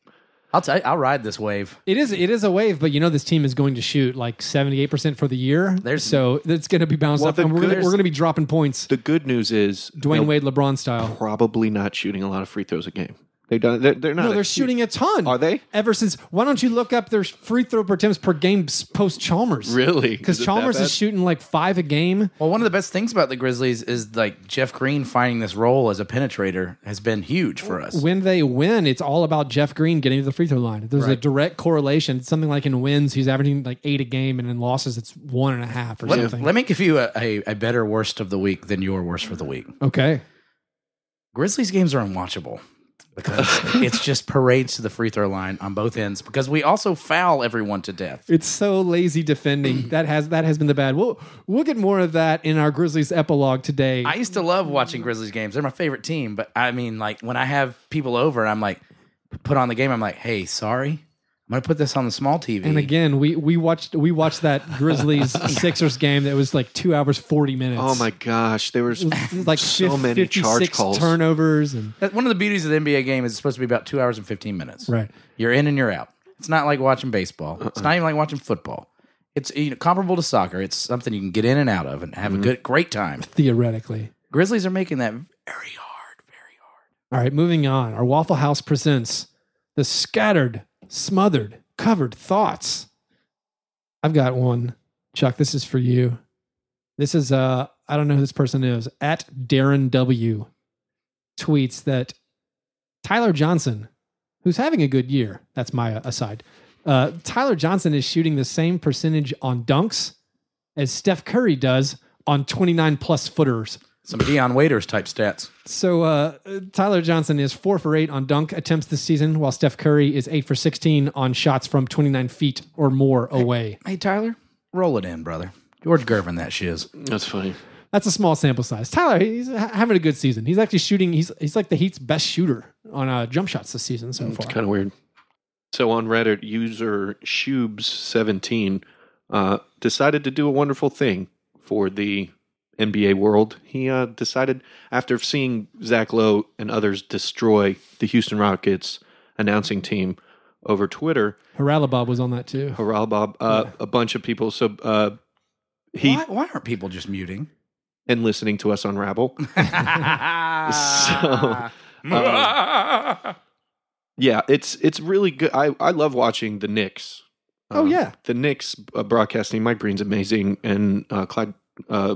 D: I'll, t- I'll ride this wave.
C: It is it is a wave, but you know this team is going to shoot like seventy eight percent for the year.
D: There's-
C: so it's going to be bounced
E: Well,
C: up,
E: the
C: and we're gonna,
E: good-
C: we're going to be dropping points.
E: The good news is
C: Dwayne
E: they'll
C: Wade, LeBron style.
E: probably not shooting a lot of free throws a game. They've done, they're, they're not.
C: No,
E: a
C: they're
E: huge-
C: shooting a ton.
E: Are they?
C: Ever since why don't you look up their free throw per attempts per game post Chalmers?
E: Really?
C: Because
E: Is it that
C: Chalmers
E: bad?
C: is shooting like five a game.
D: Well, one of the best things about the Grizzlies is like Jeff Green finding this role as a penetrator has been huge for us.
C: When they win, it's all about Jeff Green getting to the free throw line. There's a direct correlation. It's something like in wins, he's averaging like eight a game, and in losses, it's one and a half or
D: Let,
C: something.
D: let me give you a, a, a better worst of the week than your worst for the week.
C: okay.
D: Grizzlies games are unwatchable because it's just parades to the free throw line on both ends because we also foul everyone to death.
C: It's so lazy defending. that has that has been the bad. We'll we'll get more of that in our Grizzlies epilogue today.
D: I used to love watching Grizzlies games. They're my favorite team, but I mean, like when I have people over and I'm like, put on the game, I'm like, hey, sorry, I'm gonna put this on the small TV.
C: and again, we we watched we watched that Grizzlies Sixers game that was like two hours forty minutes.
E: Oh my gosh. There was
C: Like
E: so
C: fif-
E: many charge
C: 56
E: calls.
C: turnovers, and
D: That- one of the beauties of the NBA game is it's supposed to be about two hours and fifteen minutes.
C: Right. Uh-uh.
D: you're in and you're out. It's not like watching baseball. It's not even like watching football. It's you know, comparable to soccer. It's something you can get in and out of and have
C: Mm-hmm.
D: a good, great time.
C: theoretically.
D: Grizzlies are making that very hard, very hard.
C: All right, moving on. Our Waffle House presents the scattered, smothered, covered thoughts. I've got one, Chuck. This is for you. This is uh, I don't know who this person is. At Darren W. tweets that Tyler Johnson, who's having a good year, that's my uh, aside. Uh, Tyler Johnson is shooting the same percentage on dunks as Steph Curry does on 29 plus footers.
D: Some Dion Waiters type stats.
C: So uh, Tyler Johnson is four for eight on dunk attempts this season, while Steph Curry is eight for sixteen on shots from twenty nine feet or more away.
D: Hey Tyler, roll it in, brother. George Gervin, that shiz.
E: That's funny.
C: That's a small sample size. Tyler, he's ha- having a good season. He's actually shooting. He's he's like the Heat's best shooter on uh, jump shots this season so far.
E: Kind of weird. So on Reddit, user Shubes17 uh, decided to do a wonderful thing for the NBA world. He uh, decided, after seeing Zach Lowe and others destroy the Houston Rockets announcing team over Twitter,
C: Haralabob was on that too.
E: Haral Bob, uh, a bunch of people, so uh, he
D: why, why aren't people just muting?
E: and listening to us on Rabble. so
D: Um, uh,
E: yeah, it's it's really good. I, I love watching the Knicks.
C: Oh, yeah.
E: Um, the Knicks uh, broadcasting. Mike Breen's amazing, and uh, Clyde uh,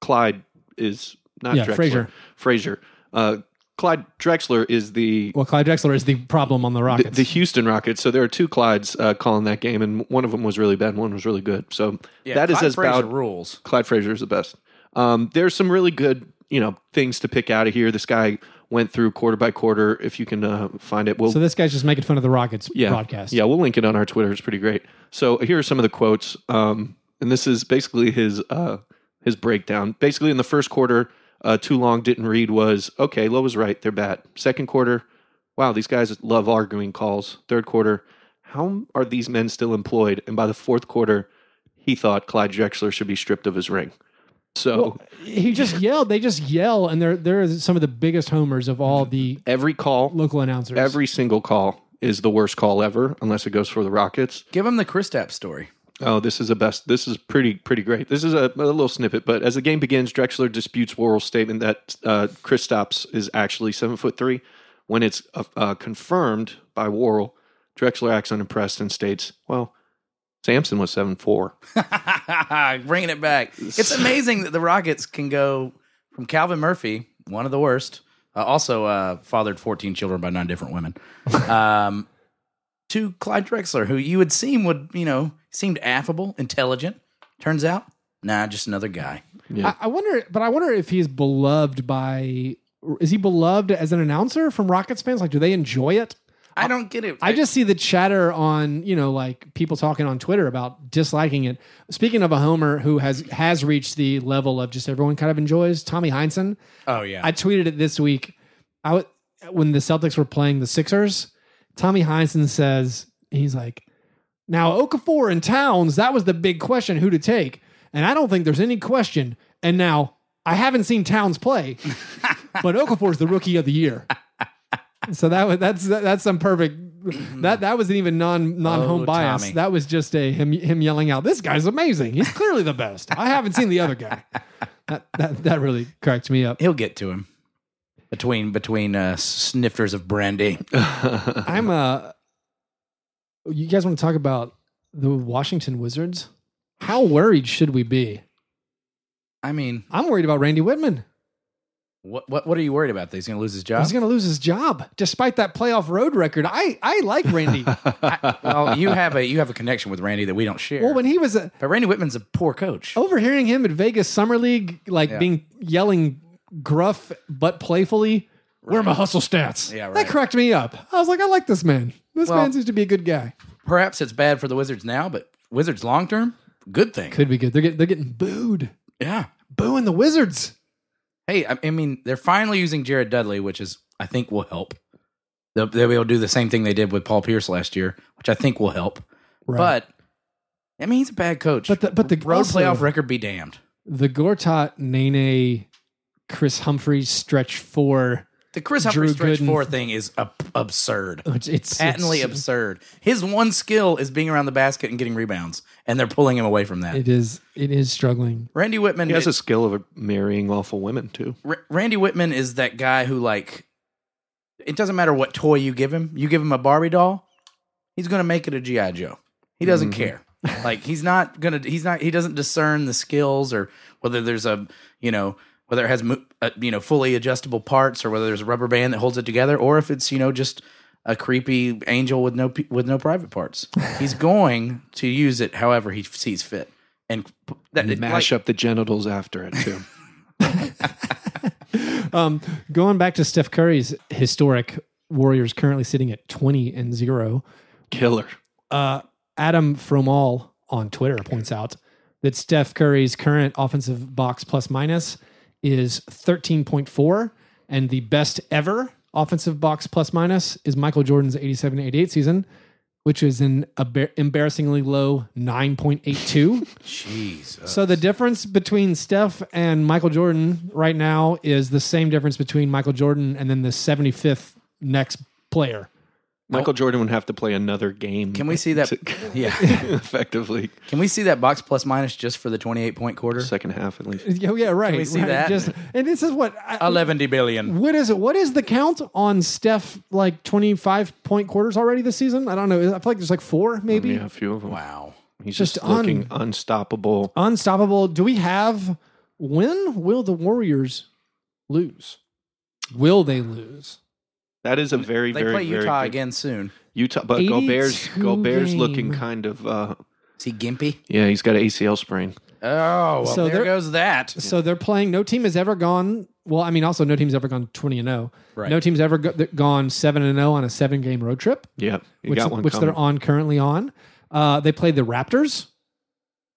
E: Clyde is not
C: Yeah,
E: Drexler.
C: Fraser.
E: Fraser. Uh, Clyde Drexler is the
C: Well, Clyde Drexler is the problem on the
E: the,
C: Rockets.
E: the Houston Rockets. So there are two Clydes uh, calling that game, and one of them was really bad, and one was really good. So that is
D: Clyde
E: as
D: Frazier
E: bad.
D: rules.
E: Clyde Frazier is the best. Um, there's some really good, you know, things to pick out of here. This guy went through quarter by quarter. If you can uh, find it, we'll
C: so this guy's just making fun of the Rockets
E: yeah,
C: broadcast.
E: Yeah, we'll link it on our Twitter. It's pretty great. So here are some of the quotes, um, and this is basically his uh, his breakdown. Basically, in the first quarter, uh, too long didn't read was okay. Low was right. They're bad. Second quarter, wow, these guys love arguing calls. Third quarter, how are these men still employed? And by the fourth quarter, he thought Clyde Drexler should be stripped of his ring. So
C: He just yelled. They just yell, and they're they're some of the biggest homers of all the
E: every call,
C: local announcers.
E: every single call is the worst call ever, unless it goes for the Rockets.
D: Give him the Kristaps story.
E: Oh, this is the best. This is pretty pretty great. This is a, a little snippet, but as the game begins, Drexler disputes Worrell's statement that uh, Kristaps is actually seven foot three. When it's uh, uh, confirmed by Worrell, Drexler acts unimpressed and states, "Well, Samson was seven four.
D: Bringing it back. It's amazing that the Rockets can go from Calvin Murphy, one of the worst, uh, also uh, fathered 14 children by nine different women, um, to Clyde Drexler, who you would seem would, you know, seemed affable, intelligent. Turns out, nah, just another guy.
C: I, I wonder, but I wonder if he's beloved by. Is he beloved as an announcer from Rockets fans? Like, do they enjoy it?
D: I don't get it.
C: I just see the chatter on, you know, like people talking on Twitter about disliking it. Speaking of a homer who has has reached the level of just everyone kind of enjoys, Tommy Heinsohn.
D: oh, yeah.
C: I tweeted it this week. I w- when the Celtics were playing the Sixers, Tommy Heinsohn says he's like, "Now Okafor and Towns, that was the big question who to take, and I don't think there's any question. And now I haven't seen Towns play, but Okafor's the rookie of the year. So that was that's that, that's some perfect." That that wasn't even non non home
D: Mm-hmm. Oh,
C: bias.
D: Tommy.
C: That was just a him him yelling out, "This guy's amazing. He's clearly the best. I haven't seen the other guy." That that, that really cracked me up.
D: He'll get to him. Between between uh, snifters of brandy,
C: I'm uh You guys want to talk about the Washington Wizards? How worried should we be?
D: I mean,
C: I'm worried about Randy Whitman.
D: what what what are you worried about? That he's going to lose his job?
C: He's going to lose his job despite that playoff road record. I I like Randy.
D: well, you have a you have a connection with Randy that we don't share.
C: well, when he was uh,
D: but Randy Whitman's a poor coach.
C: overhearing him at Vegas Summer League, like
D: Yeah.
C: being yelling gruff but playfully, "Where are my hustle stats?"
D: Yeah,
C: that
D: right.
C: cracked me up. I was like, I like this man. This
D: Well-
C: man seems to be a good guy.
D: Perhaps it's bad for the Wizards now, but Wizards long term, good thing.
C: Could be good. They're getting they're getting booed,
D: yeah.
C: booing the Wizards.
D: Hey, I, I mean, they're finally using Jared Dudley, which is I think will help. They'll, they'll be able to do the same thing they did with Paul Pierce last year, which I think will help. But I mean, he's a bad coach.
C: But the- but the-
D: road
C: also-
D: playoff record be damned.
C: the Gortat Nene Chris Humphreys stretch four.
D: The Chris
C: Drew
D: Humphrey stretch
C: Gooden-
D: four thing is ab- absurd.
C: Oh, It's, it's
D: patently
C: it's-
D: absurd. His one skill is being around the basket and getting rebounds, and they're pulling him away from that.
C: It is it is struggling.
D: Randy Whitman
E: He has a
D: is,
E: skill of marrying awful women too.
D: R- Randy Whitman is that guy who like it doesn't matter what toy you give him. You give him a Barbie doll, he's going to make it a GI Joe. He doesn't
E: Mm-hmm.
D: care. Like he's not going to he's not he doesn't discern the skills or whether there's a, you know, whether it has mo- uh, you know fully adjustable parts or whether there's a rubber band that holds it together or if it's, you know, just a creepy angel with no p- with no private parts. He's going to use it however he sees fit. And p- that
E: And mash
D: like-
E: up the genitals after it too.
C: Um, going back to Steph Curry's historic Warriors currently sitting at twenty and zero.
E: Killer.
C: Uh, Adam Fromall on Twitter points out that Steph Curry's current offensive box plus minus is thirteen point four, and the best ever offensive box plus minus is Michael Jordan's 87-88 season. which is an embar- embarrassingly low 9.82.
D: Jesus.
C: so the difference between Steph and Michael Jordan right now is the same difference between Michael Jordan and then the 75th next player.
E: Michael Jordan would have to play another game.
D: Can we see that?
E: to-
D: yeah.
E: effectively
D: Can we see that box plus minus just for the 28 point quarter?
E: second half at least?
C: Oh yeah, right.
D: we see
C: right,
D: that?
C: Just and this is what I,
D: 11 billion.
C: what is it? What is the count on Steph like 25 point quarters already this season? I don't know. I feel like there's like 4 maybe.
E: Yeah, a few of them.
D: Wow.
E: He's
C: Just
E: just,
C: un-
E: looking unstoppable.
C: Unstoppable. Do we have when will the Warriors lose? Will they lose?
E: That is a very,
D: They
E: very,
D: play
E: very
D: Utah
E: big-
D: again soon.
E: Utah, but Gobert's
C: 82
E: Gobert's
C: game.
E: looking kind of. Uh,
D: Is he gimpy?
E: yeah, he's got an ACL sprain.
D: Oh, well,
C: So
D: there
C: they're-
D: goes that.
C: So they're playing. No team has ever gone. Well, I mean, also no team's ever gone twenty and zero.
D: Right.
C: No team's ever go, th- gone seven and zero on a seven game road trip,
E: Yeah, you
C: which
E: got one
C: which
E: coming.
C: they're on currently on. Uh, they played the Raptors.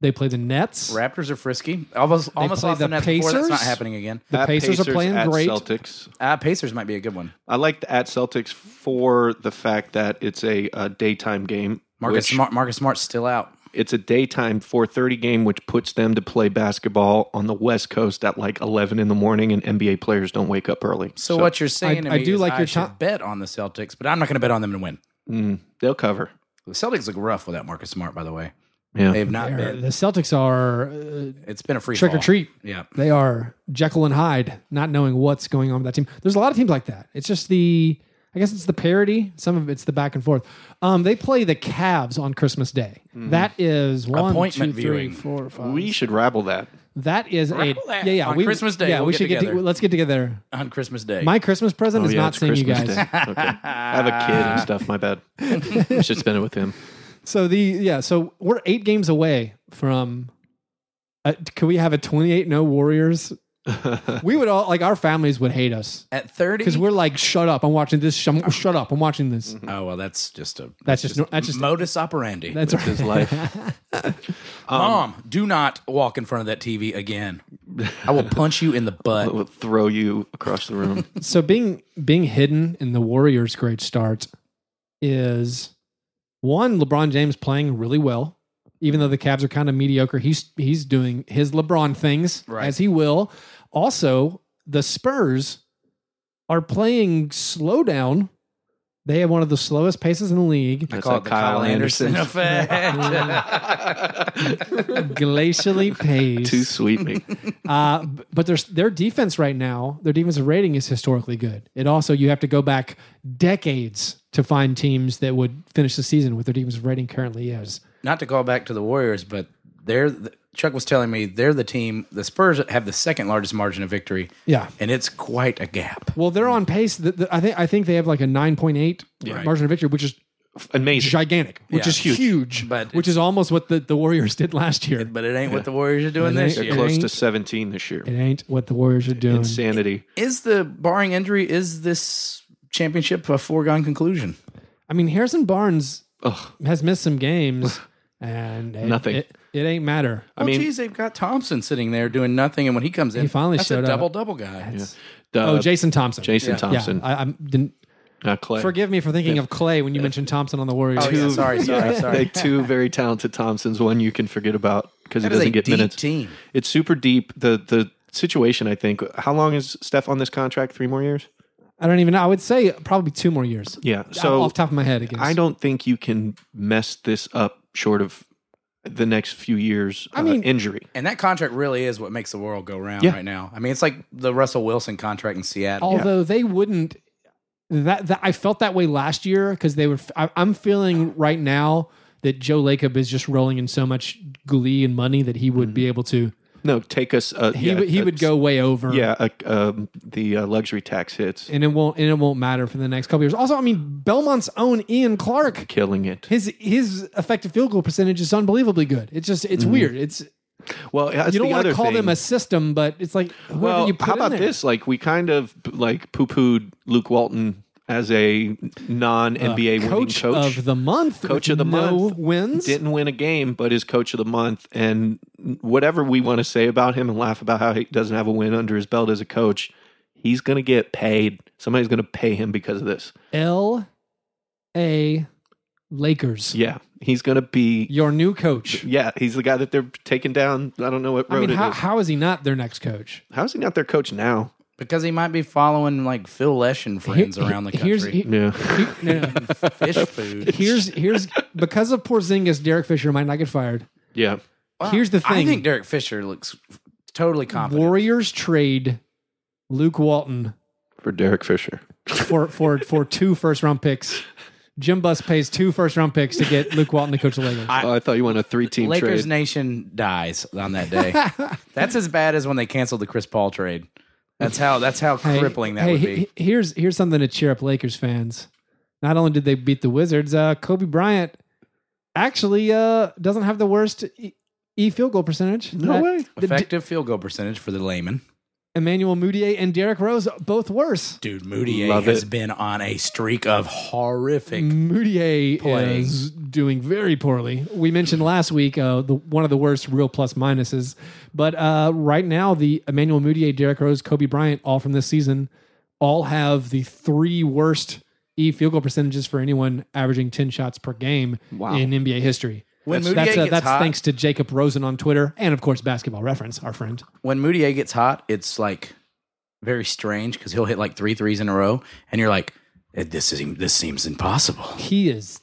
C: They played the Nets.
D: Raptors are frisky. Almost, almost
C: play
D: off the
C: the
D: net before. That's not
C: Pacers?
D: happening again.
C: the
E: At
C: Pacers are playing
E: at
C: great.
E: Celtics.
D: Uh, Pacers might be a good one.
E: I like the at Celtics for the fact that it's a, uh daytime game.
D: Marcus
E: which-
D: Smart, Marcus Smart's still out.
E: It's a daytime 4:30 game, which puts them to play basketball on the West Coast at like 11 in the morning, and NBA players don't wake up early.
D: So, what you're saying to
C: I
D: me
C: do
D: is
C: like
D: I
C: your
D: should
C: to-
D: bet on the Celtics, but I'm not going to bet on them to win.
E: Mm, they'll cover.
D: The Celtics look rough without Marcus Smart, by the way.
E: Yeah.
D: They have not
C: They're-
D: been.
C: the Celtics are uh,
D: It's been a free
C: trick or
D: fall.
C: treat.
D: Yeah.
C: They are Jekyll and Hyde, not knowing what's going on with that team. There's a lot of teams like that. It's just the, I guess it's the parity. Some of it's the back and forth. Um, they play the Cavs on Christmas Day. That is one, two, three,
D: Hmm. Appointment viewing.
C: four, five.
E: We should rabble that.
C: that is a
D: Raffle that
C: yeah yeah
D: on Christmas Day.
C: Yeah,
D: We'll
C: we
D: get
C: should get
D: together.
C: to, let's get together.
D: On Christmas Day.
C: My Christmas present
E: Oh,
C: is
E: yeah,
C: not
E: it's
C: seeing you
E: Christmas
C: guys.
E: Day. Okay. I have a kid and stuff. My bad. I should spend it with him.
C: So the yeah, so we're eight games away from. Uh, can we have a 28 no Warriors? we would all like our families would hate us
D: At 30.
C: because we're like, shut up! I'm watching this. Shum- shut up! I'm watching this.
D: Oh, well, that's just a.
C: Hmm. That's just no- that's just-
D: modus operandi.
C: That's um, right.
E: His life.
D: Mom, do not walk in front of that TV again. I will punch you in the
E: I
D: butt.
E: will throw you across the room.
C: So being being hidden in the Warriors' great start is one LeBron James playing really well, even though the Cavs are kind of mediocre. He's he's doing his LeBron things
D: Right.
C: as he will. Also, the Spurs are playing slow down. They have one of the slowest paces in the league.
D: I
E: That's
D: call
E: like
D: it the Kyle,
E: Kyle
D: Anderson,
E: Anderson.
D: effect.
C: glacially paced.
E: Too sweet me.
C: Uh, b- but their their defense right now, their defensive rating is historically good. It also you have to go back decades to find teams that would finish the season with their defensive rating currently is.
D: not to call back to the Warriors, but they're the, Chuck was telling me they're the team. The Spurs have the second largest margin of victory,
C: Yeah.
D: and it's quite a gap.
C: Well, they're on pace. Th- th- I think I think they have like a nine point eight margin of victory, which is
E: Amazing.
C: gigantic, which
D: Yeah.
C: is huge,
D: But
C: which is almost what the, the Warriors did last year.
D: But it ain't what the Warriors are doing
C: It ain't-
D: this
C: it
D: year.
C: ain't-
E: Close to 17 this year.
C: It ain't what the Warriors are doing.
E: Insanity.
D: Is the barring injury? Is this championship a foregone conclusion?
C: I mean, Harrison Barnes
E: Ugh.
C: has missed some games, and it-
E: Nothing.
C: It, it ain't matter.
D: I
E: mean-
D: mean, Oh, geez, they've got Thompson sitting there doing nothing, and when he comes in,
C: He finally
D: that's
C: showed up.
D: a double double guy.
E: Duh,
C: oh, Jason Thompson.
E: Jason
D: Yeah.
E: Thompson.
C: Yeah, I, I didn't.
E: not Clay.
C: Forgive me for thinking of Clay when you mentioned Thompson on the Warriors.
D: Oh, yeah, sorry, sorry, sorry.
E: Like two very talented Thompsons, one you can forget about because he
D: That is a
E: doesn't get
D: deep
E: minutes.
D: team.
E: It's super deep. The the situation, I think. How long is Steph on this contract? Three more years?
C: I don't even know. I would say probably two more years.
E: Yeah.
C: So
E: So
C: off the top of my head, again.
E: I don't think you can mess this up short of the next few years.
C: I
E: uh,
C: mean-
E: injury.
D: And that contract really is what makes the world go round
E: Yeah.
D: right now. I mean, it's like the Russell Wilson contract in Seattle.
C: Although they wouldn't. That, that I felt that way last year because they were. I, I'm feeling right now that Joe Lacob is just rolling in so much glee and money that he would be able to.
E: No, take us. Uh,
C: He
E: Mm-hmm. yeah,
C: would he
E: uh,
C: would go way over.
E: Yeah, uh, um, the uh, luxury tax hits,
C: and it won't and it won't matter for the next couple years. Also, I mean Belmont's own Ian Clark.
E: killing it.
C: His his effective field goal percentage is unbelievably good. It's just
E: Mm-hmm.
C: it's weird. It's
E: Well, that's
C: you don't
E: the
C: want
E: other
C: to call
E: thing.
C: them a system, but it's like whoever
E: Well,
C: you put
E: how
C: in
E: about
C: there.
E: this? Like we kind of like poo-pooed Luke Walton as a non NBA winning
C: coach,
E: coach.
C: of the month, with
E: coach of the
C: no
E: month
C: wins.
E: Didn't win a game, but is coach of the month. And whatever we want to say about him and laugh about how he doesn't have a win under his belt as a coach, he's going to get paid. Somebody's going to pay him because of this.
C: L A Lakers.
E: Yeah, he's going to be.
C: Your new coach.
E: Yeah, he's the guy that they're taking down. I don't know what
C: I
E: road
C: mean,
E: it is.
C: how, how is he not their next coach?
E: how is he not their coach now?
D: Because he might be following like Phil Lesh and friends
C: Here-
D: around the country.
C: here's, he-
E: Yeah.
C: he- no, no, no.
D: Fish food.
C: here's here's because of Porzingis, Derek Fisher might not get fired.
E: Yeah.
C: Here's the
D: I
C: thing.
D: think Derek Fisher looks totally competent.
C: Warriors trade Luke Walton
E: For Derek Fisher.
C: for for for two first round picks. Jim Buss pays two first round picks to get Luke Walton to coach the Lakers.
E: oh, I thought you wanted a three team
D: Lakers
E: trade.
D: Nation dies on that day. That's as bad as when they canceled the Chris Paul trade. That's how. That's how
C: Hey,
D: crippling that
C: hey,
D: would
C: he-
D: be.
C: he- Here's here's something to cheer up Lakers fans. Not only did they beat the Wizards, uh, Kobe Bryant actually uh, doesn't have the worst e, e field goal percentage. Uh,
E: No
C: That-
E: way.
C: the D-
D: Effective field goal percentage for the layman.
C: Emmanuel Mudiay and Derrick Rose both worse.
D: Dude, Moody
E: Love
D: has
E: it.
D: been on a streak of
C: Mm.
D: horrific.
C: Moutier
D: Play.
C: is doing very poorly. We mentioned last week uh, the one of the worst real plus minuses, but uh, right now the Emmanuel Moutier, Derrick Rose, Kobe Bryant, all from this season, all have the three worst e field goal percentages for anyone averaging ten shots per game
E: Wow.
C: in NBA history.
D: When
C: that's
D: Moutier
C: that's, uh,
D: gets
C: that's
D: hot-
C: thanks to Jacob Rosen on Twitter and of course Basketball Reference, our friend.
D: When Moody gets hot, it's like very strange because he'll hit like three threes in a row, and you're like, "Eh, "This is this seems impossible."
C: He is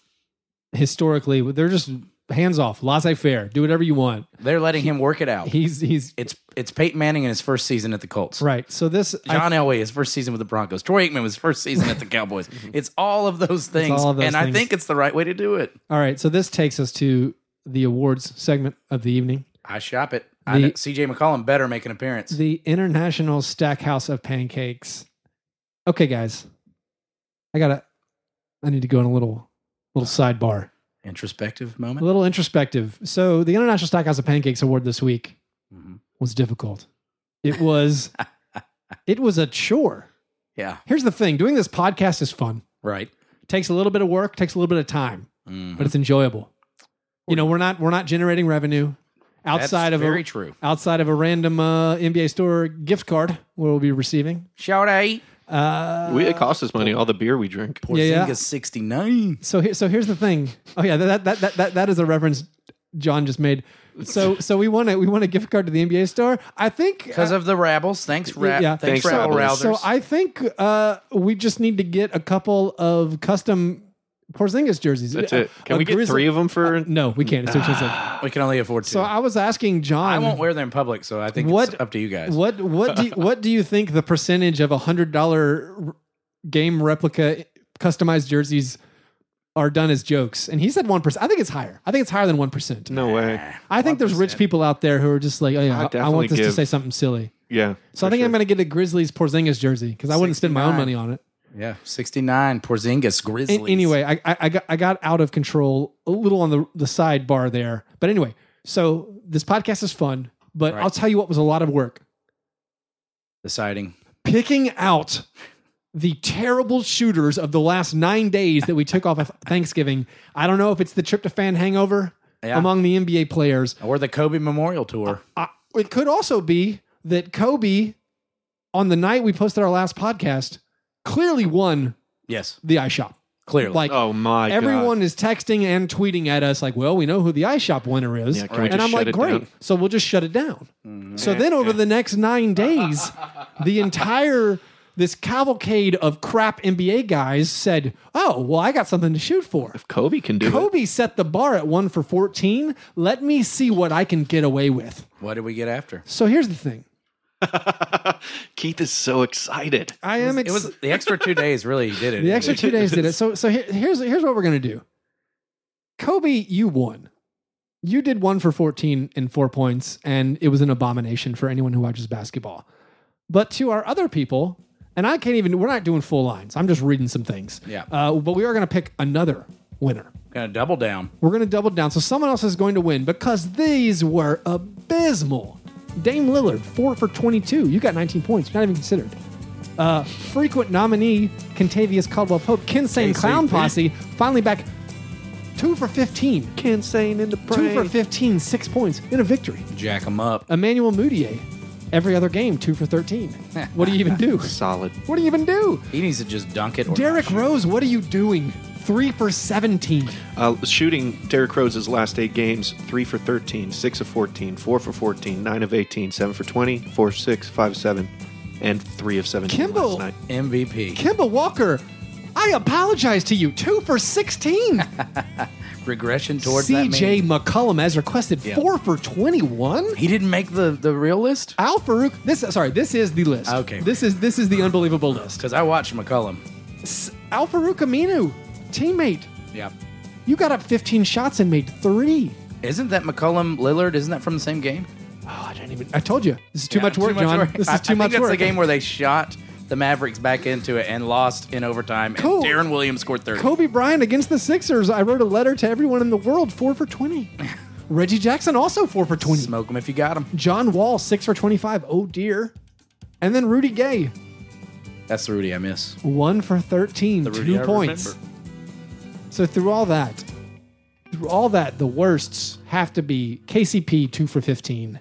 C: historically they're just hands off, laissez faire, do whatever you want.
D: They're letting him work it out.
C: He's he's
D: it's it's Peyton Manning in his first season at the Colts.
C: Right. So this I
D: John Elway, his first season with the Broncos. Troy Aikman was first season at the Cowboys. It's all of those things,
C: all of those
D: and I
C: things.
D: think it's the right way to do it.
C: All right, so this takes us to the awards segment of the evening.
D: I shop it.
C: The-
D: I know CJ McCollum better make an appearance.
C: The International Stackhouse of Pancakes. Okay, guys. I gotta I need to go on a little little sidebar.
D: Introspective
C: A
D: moment.
C: little introspective. So the International Stackhouse of Pancakes award this week
D: Mhm.
C: was difficult. It was it was a chore.
D: Yeah,
C: Here's the thing doing this podcast is fun.
D: right.
C: takes a little bit of work, takes a little bit of time,
E: Mm-hmm.
D: Mhm.
C: but it's enjoyable. You know, we're not we're not generating revenue outside
D: That's
C: of a-
D: very true.
C: outside of a random uh, NBA store gift card we'll be receiving.
D: Shout out.
C: Uh,
E: we, it costs us money. All the beer we drink.
C: Yeah, yeah.
D: Porzingis sixty nine.
C: so here, so here's the thing. Oh yeah, that that that that, that is a reference John just made. So so we want to we want a gift card to the NBA store. I think
D: Because of the rabbles. Thanks, ra-
C: Yeah.
D: thanks,
E: Thanks,
D: rabble
E: Rabbles.
D: rousers.
C: so I think uh, we just need to get a couple of custom Porzingis jerseys.
E: That's it. Can
C: A
E: we get
C: Grizzly-
E: three of Ah. them for?
C: No, we can't. It's too expensive.
D: we can only afford two.
C: So I was asking John.
D: I won't wear them in public, so I think
C: What-
D: it's up to you guys.
C: What what do you, what do you think the percentage of a hundred dollar game replica customized jerseys are done as jokes? And he said one percent. I think it's higher. I think it's higher than one percent.
E: No way.
C: I think there's rich people out there who are just like, oh
E: I
C: yeah, I, I
E: definitely
C: want this to
E: give-
C: say something silly.
E: Yeah.
C: So I think I'm going to get a Grizzlies Porzingis jersey because I wouldn't spend my own
D: 69.
C: money on it.
D: Yeah, 69, Porzingis, Grizzlies.
C: An- anyway, I, I I got I got out of control a little on the the sidebar there. But anyway, so this podcast is fun, but
D: Right.
C: I'll tell you what was a lot of work.
D: deciding.
C: picking out the terrible shooters of the last nine days that we took off of Thanksgiving. I don't know if it's the tryptophan hangover
D: Yeah.
C: among the NBA players.
D: Or the Kobe Memorial Tour.
C: I, it could also be that Kobe, on the night we posted our last podcast, clearly won
D: Yes,
C: the iShop.
D: clearly.
C: Like
E: Oh my
C: everyone
E: god.
C: is texting and tweeting at us like, "Well, we know who the iShop winner is,"
E: Yeah, can we
C: and
E: just
C: I'm
E: shut
C: like,
E: it
C: "Great!"
E: down?
C: So we'll just shut it down.
D: Mm-hmm.
C: So then, over the next nine days, the entire this cavalcade of crap NBA guys said, "Oh, well, I got something to shoot for."
E: Kobe can do it.
C: Kobe set the bar at one for 14. Let me see what I can get away with.
D: what did we get after?
C: So here's the thing.
E: Keith is so excited.
C: I am
D: It was the extra two days really did it.
C: The extra two days did it. So so here- here's here's what we're gonna do. Kobe, you won. You did one for 14 and four points, and it was an abomination for anyone who watches basketball. But to our other people, and I can't even, we're not doing full lines. I'm just reading some things.
D: Yeah.
C: Uh, but we are going to pick another winner.
D: Gonna double down.
C: We're going to double down. So someone else is going to win because these were abysmal. Dame Lillard, four for 22. You got 19 points. You're not even considered. Uh, frequent nominee, Contavious Caldwell Pope, Kinsane Clown Posse, finally back two for 15.
E: Can't say in the
C: Two for 15, six points in a victory.
D: Jack them up.
C: Emmanuel Mudiay, every other game, two for 13. What do you even do?
E: Solid.
C: What do you even do?
D: He needs to just dunk it. Or
C: Derrick
D: not shoot.
C: Rose, what are you doing? Three for 17.
E: Uh, shooting Derrick Rose's last eight games 3 for 13, 6 of 14, 4 for 14, 9 of 18, 7 for 20, 4 of 6, 5 of 7, and 3 of 17
C: Kimball.
E: last night.
D: MVP.
C: Kimba Walker, I apologize to you. Two for 16.
D: Regression towards that
C: CJ
D: mean.
C: McCollum, as requested,
D: Yeah.
C: four for 21.
D: He didn't make the, the real list?
C: Al Farouk, this sorry, this is the list.
D: Okay.
C: This is this is the unbelievable list.
D: Because I watched McCollum.
C: S- Al Farouk Aminu, teammate,
D: Yeah.
C: you got up 15 shots and made three.
D: Isn't that McCollum Lillard? Isn't that from the same game?
C: Oh, I didn't even. I told you this is too
D: Yeah,
C: much work, John. This
D: I-
C: is too
D: I think
C: much
D: that's
C: work.
D: the game where they shot the Mavericks back into it and lost in overtime.
C: Cool.
D: And Darren Williams scored 30.
C: Kobe Bryant against the Sixers. I wrote a letter to everyone in the world, four for twenty. Reggie Jackson also four for twenty.
D: Smoke them if you got them.
C: John Wall six for twenty-five. Oh dear. And then Rudy Gay
D: That's the Rudy I miss.
C: one for thirteen,
G: The Rudy
C: two
G: I
C: points.
G: remember.
C: So through all that, through all that, the worsts have to be KCP two for fifteen,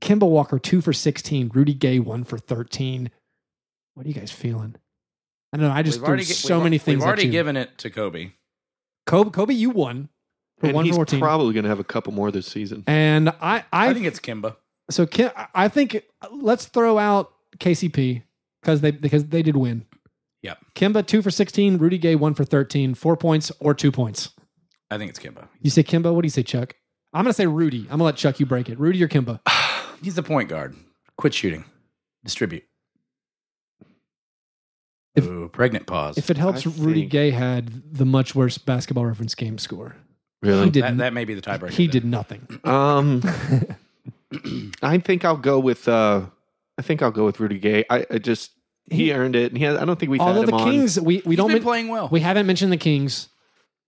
C: Kimba Walker two for sixteen, Rudy Gay one for thirteen. What are you guys feeling? I don't know. I just
D: We've
C: threw
D: gi-
C: so
D: we've-
C: many things.
D: We've
C: at
D: already
C: you.
D: given it to Kobe.
C: Kobe. Kobe, you won for
E: and
C: one
E: he's
C: for fourteen.
E: probably going to have a couple more this season.
C: and I, I,
D: I think it's Kimba.
C: so. Kim, I think let's throw out KCP because they because they did win.
D: Yep.
C: Kimba two for sixteen, Rudy Gay one for thirteen, four points or two points.
D: I think it's Kimba.
C: You say Kimba. What do you say, Chuck? I'm gonna say Rudy. I'm gonna let Chuck you break it. Rudy or Kimba?
D: He's the point guard. Quit shooting. Distribute.
C: If-
D: Ooh, pregnant pause.
C: If it helps,
E: I
C: Rudy
E: think-
C: Gay had the much worse basketball reference game score. He
E: Really?
C: did.
D: that, that may be the tiebreaker.
C: he
D: then.
C: did nothing.
E: Um, I think I'll go with. Uh, I think I'll go with Rudy Gay. I, I just he,
C: He-
E: earned it, and he has, I don't think we've
C: All
E: had
C: of
E: him
C: the
E: on.
C: Kings, we we
D: He's
C: don't
D: been
C: men-
D: playing well.
C: we haven't mentioned the Kings.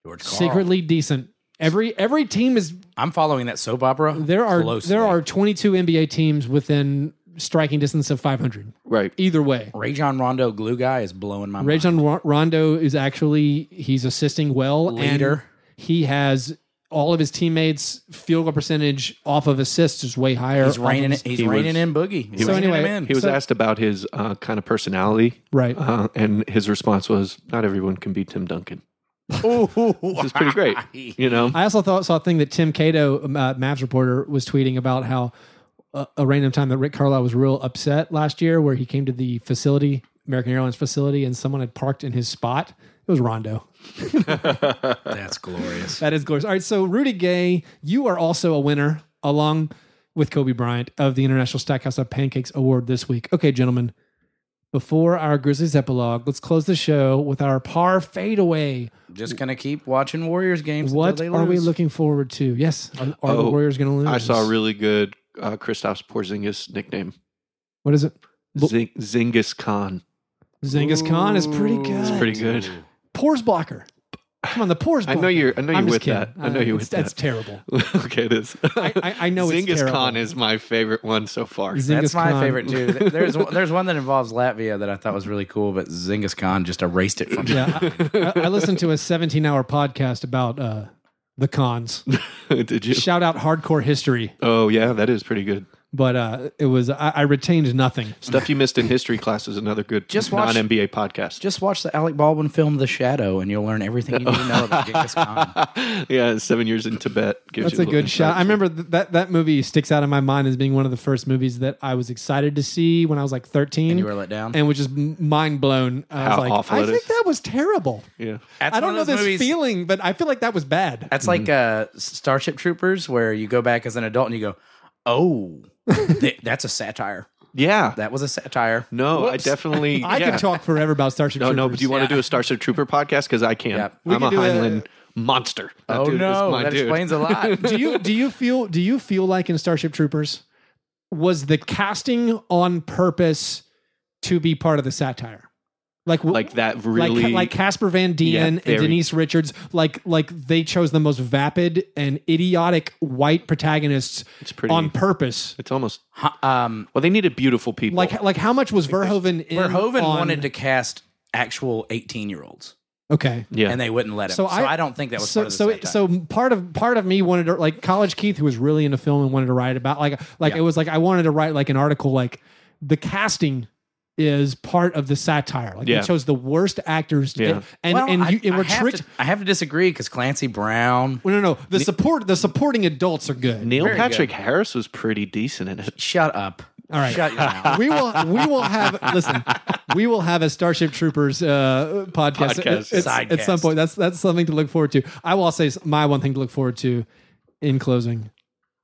D: George Karl.
C: Secretly decent. Every every team is
D: I'm following that soap opera.
C: There are
D: closely.
C: there are 22 NBA teams within striking distance of 500.
E: Right.
C: Either way,
D: Rajon Rondo glue guy is blowing my mind.
C: Rajon Ro- Rondo is actually he's assisting well.
D: Leader.
C: And he has all of his teammates' field goal percentage off of assists is way higher.
D: He's raining.
C: Off of-
D: He's
E: He was-
D: raining in Boogie. He's
C: was-
D: reining
C: anyway,
D: him in.
E: He was
C: So-
E: asked about his uh, kind of personality,
C: Right.
E: Uh, and his response was, "Not everyone can be Tim Duncan." Which is pretty great, you know.
C: I also thought, saw a thing that Tim Cato, uh, Mavs reporter, was tweeting about how uh, a random time that Rick Carlisle was real upset last year, where he came to the facility, American Airlines facility, and someone had parked in his spot. It was Rondo.
D: That's glorious.
C: That is glorious. All right, so Rudy Gay, you are also a winner along with Kobe Bryant of the International Stackhouse of Pancakes Award this week. Okay, gentlemen, before our Grizzlies epilogue, let's close the show with our par fadeaway.
D: Just gonna keep watching Warriors games.
C: What
D: until they
C: are we
D: lose.
C: looking forward to? Yes, are, are the
E: Oh,
C: Warriors going to lose?
E: I saw a really good uh, Christoph Porzingis nickname,
C: What is it? Bo-
E: Zing- Zingis Khan.
C: Zengiz Khan is pretty good.
E: It's pretty good.
C: Pores blocker. Come on, the pores.
E: I
C: Blocker.
E: know you're. I know you're
C: I'm just
E: with
C: kidding.
E: that. I know
C: Uh,
E: you're with
C: it's- That's
E: that.
C: terrible.
E: okay, it is.
C: I- I- I know it's
E: Zingis
C: terrible.
E: Khan is my favorite one so far.
C: Zengiz
D: That's my
C: Khan.
D: favorite too. There's there's one that involves Latvia that I thought was really cool, but Zingis Khan just erased it from. me.
C: Yeah, I, I I listened to a 17 hour podcast about uh, the cons.
E: Did you?
C: Shout out hardcore history,
E: Oh yeah, that is pretty good.
C: but uh, it was I, I retained nothing.
E: Stuff you missed in history class is another good
D: Just watch-
E: non-NBA podcast.
D: Just watch the Alec Baldwin film The Shadow, and you'll learn everything you need to know about Genghis Khan.
E: yeah, seven years in Tibet gives
C: That's a
E: you little
C: good shot.
E: insights.
C: I remember th- that that movie sticks out in my mind as being one of the first movies that I was excited to see when I was like 13.
D: And you were let down.
C: and was just m- mind blown. I was
E: How
C: like,
E: awful
C: I
E: it
C: think
E: is.
C: that was terrible.
E: Yeah,
C: I
D: That's one
C: don't
D: of
C: know
D: those
C: this
D: movies-
C: feeling, but I feel like that was bad.
D: That's like uh, Starship Troopers, where you go back as an adult and you go, "Oh, th- that's a satire.
E: yeah.
D: That was a satire."
E: no, I
C: Whoops.
E: definitely.
C: I
E: yeah.
C: could talk forever about Starship
E: No,
C: Troopers.
E: no. But do you want
D: Yeah.
E: to do a Starship Trooper podcast? Because I can.
D: Yep.
C: We
E: I'm
C: could
E: a
C: do a-
E: Heinlein monster. That
D: oh
E: dude is
D: no,
E: my
D: that
E: dude.
D: explains a lot.
C: do you do you feel do you feel like in Starship Troopers was the casting on purpose to be part of the satire? Like w-
E: like that
C: like
E: really.
C: like Casper Van Dien
E: Yeah,
C: and
E: very-
C: Denise Richards like like they chose the most vapid and idiotic white protagonists
E: it's pretty.
C: on purpose.
E: it's almost.
D: um,
E: Well, they needed beautiful people.
C: Like like how much was Verhoeven in
D: Verhoeven
C: on-
D: wanted to cast actual eighteen-year-olds,
C: Okay.
E: yeah.
D: and they wouldn't let him.
C: So
D: So,
C: I-
D: I, don't think that was
C: so
D: part of the
C: so
D: satire.
C: so part of part of me wanted to like college Keith who was really into film and wanted to write about like like it was like I wanted to write like an article like the casting is part of the satire like
E: Yeah.
C: they chose the worst actors to
E: Yeah.
C: get, and
D: Well,
C: and,
D: I-
C: you, and
D: I
C: we're
D: have to-
C: tricked
D: I have to disagree because Clancy Brown.
C: well, no no the support the supporting adults are good
E: Neil
D: Very
E: Patrick Harris was pretty decent in it.
D: Shut up.
C: all right
D: Shut your mouth.
C: we will we will have listen we will have a starship troopers uh podcast,
E: Podcast.
C: It's- it's- at,
D: Sidecast.
C: some point that's that's something to look forward to i will say my one thing to look forward to in closing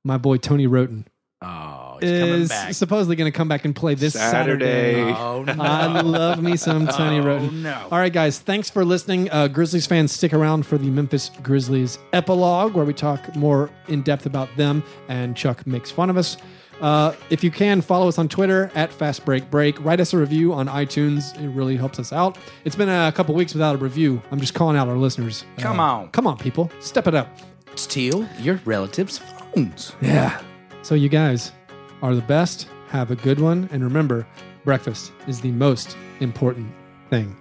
C: my boy tony roten
D: Oh, Oh, he's coming
C: is
D: back.
C: supposedly going to come back and play this Saturday.
E: Saturday.
D: oh no.
C: I love me some Tony Roten.
D: Oh, no.
C: All right, guys, thanks for listening. Uh, Grizzlies fans, stick around for the Memphis Grizzlies epilogue, where we talk more in depth about them, and Chuck makes fun of us. Uh, if you can, follow us on Twitter at Fast Break Break. Write us a review on iTunes. It really helps us out. It's been a couple weeks without a review. I'm just calling out our listeners. Uh,
D: Come on.
C: Come on, people. Step it up.
D: steal your relatives' phones.
C: Yeah. So you guys are the best. Have a good one. And remember, breakfast is the most important thing.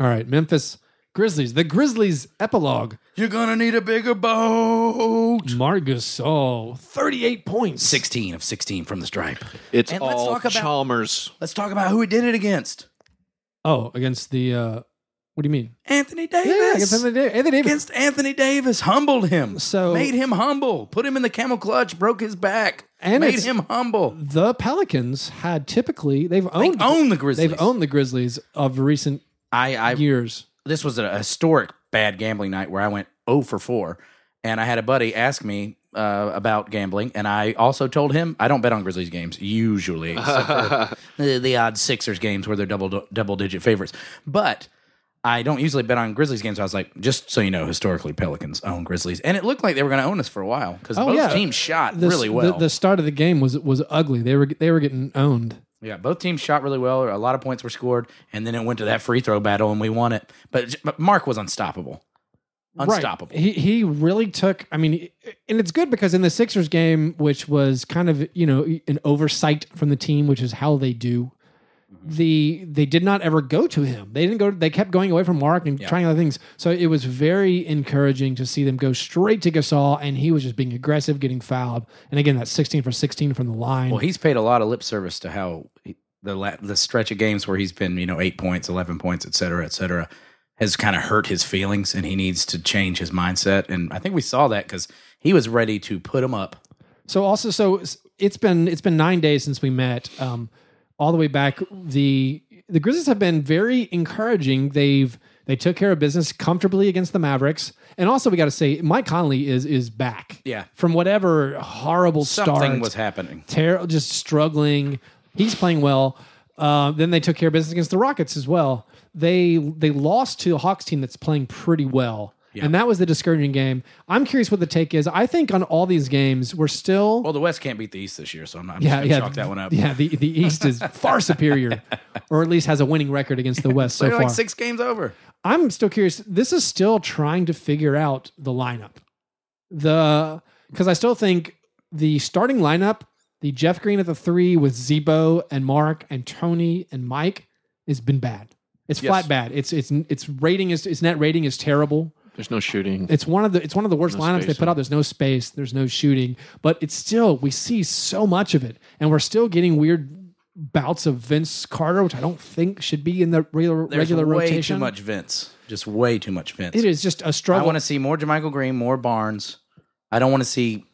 C: All right, Memphis Grizzlies. The Grizzlies epilogue.
D: You're gonna need a bigger boat.
C: Margus, oh, 38 points.
D: 16 of 16 from the stripe.
E: It's
D: And let's
E: all
D: talk about-
E: Chalmers.
D: Let's talk about who he did it against.
C: Oh, against the, uh, what do you mean?
D: Anthony Davis.
C: against Anthony Davis. Anthony Davis.
D: Against Anthony Davis, humbled him,
C: So-
D: made him humble, put him in the camel clutch, broke his back,
C: And
D: made
C: it's-
D: him humble.
C: the Pelicans had typically they've owned
D: own the Grizzlies.
C: They've owned the Grizzlies of recent
D: I, I
C: years.
D: this was a historic bad gambling night where I went 0 for 4. And I had a buddy ask me uh, about gambling. And I also told him I don't bet on Grizzlies games usually, except for the, the odd Sixers games where they're double, double digit favorites. But I don't usually bet on Grizzlies games. I was like, just so you know, historically, Pelicans own Grizzlies. And it looked like they were going to own us for a while because both
C: Oh, yeah.
D: teams shot
C: The-
D: really well.
C: The, the start of the game was was ugly. They were they were getting owned.
D: Yeah, both teams shot really well. A lot of points were scored, and then it went to that free throw battle, and we won it. But, but Mark was unstoppable, unstoppable.
C: Right. He he really took. I mean, he- and it's good because in the Sixers game, which was kind of you know an oversight from the team, which is how they do.
D: Mm-hmm.
C: The they did not ever go to him. They didn't go. They kept going away from Mark and trying other things. So it was very encouraging to see them go straight to Gasol, and he was just being aggressive, getting fouled. And again, that's sixteen for sixteen from the line.
D: Well, he's paid a lot of lip service to how he, the la- the stretch of games where he's been, you know, eight points, eleven points, et cetera, et cetera, has kind of hurt his feelings, and he needs to change his mindset. And I think we saw that because he was ready to put him up.
C: So also, so it's been it's been nine days since we met. Um, all the way back, the the Grizzlies have been very encouraging. They've they took care of business comfortably against the Mavericks, and also we got to say Mike Conley is is back.
D: Yeah.
C: from whatever horrible
D: Something
C: start
D: was happening.
C: ter- just struggling. He's playing well. Uh, then they took care of business against the Rockets as well. They they lost to a Hawks team that's playing pretty well, and that was the discouraging game. I'm curious what the take is. I think on all these games, we're still
D: Well, the West can't beat the East this year, so I'm, I'm
C: yeah
D: just gonna
C: yeah
D: chalk that one up.
C: yeah the the East is far superior, or at least has a winning record against the West so
D: They're
C: far.
D: like six games over.
C: I'm still curious. This is still trying to figure out the lineup. The because I still think the starting lineup, the Jeff Green at the three with Zebo and Mark and Tony and Mike, has been bad. It's
D: Yes.
C: flat bad. It's it's it's rating is its net rating is terrible.
E: There's no shooting.
C: It's one of the it's one of the worst
E: No
C: lineups they
E: spacing.
C: put out. There's no space. There's no shooting. But it's still we see so much of it, and we're still getting weird bouts of Vince Carter, which I don't think should be in the regular
D: There's
C: regular
D: way
C: rotation.
D: too much Vince. Just way too much Vince.
C: It is just a
D: I
C: struggle.
D: want to see more Jermichael Green, more Barnes. I don't want to see.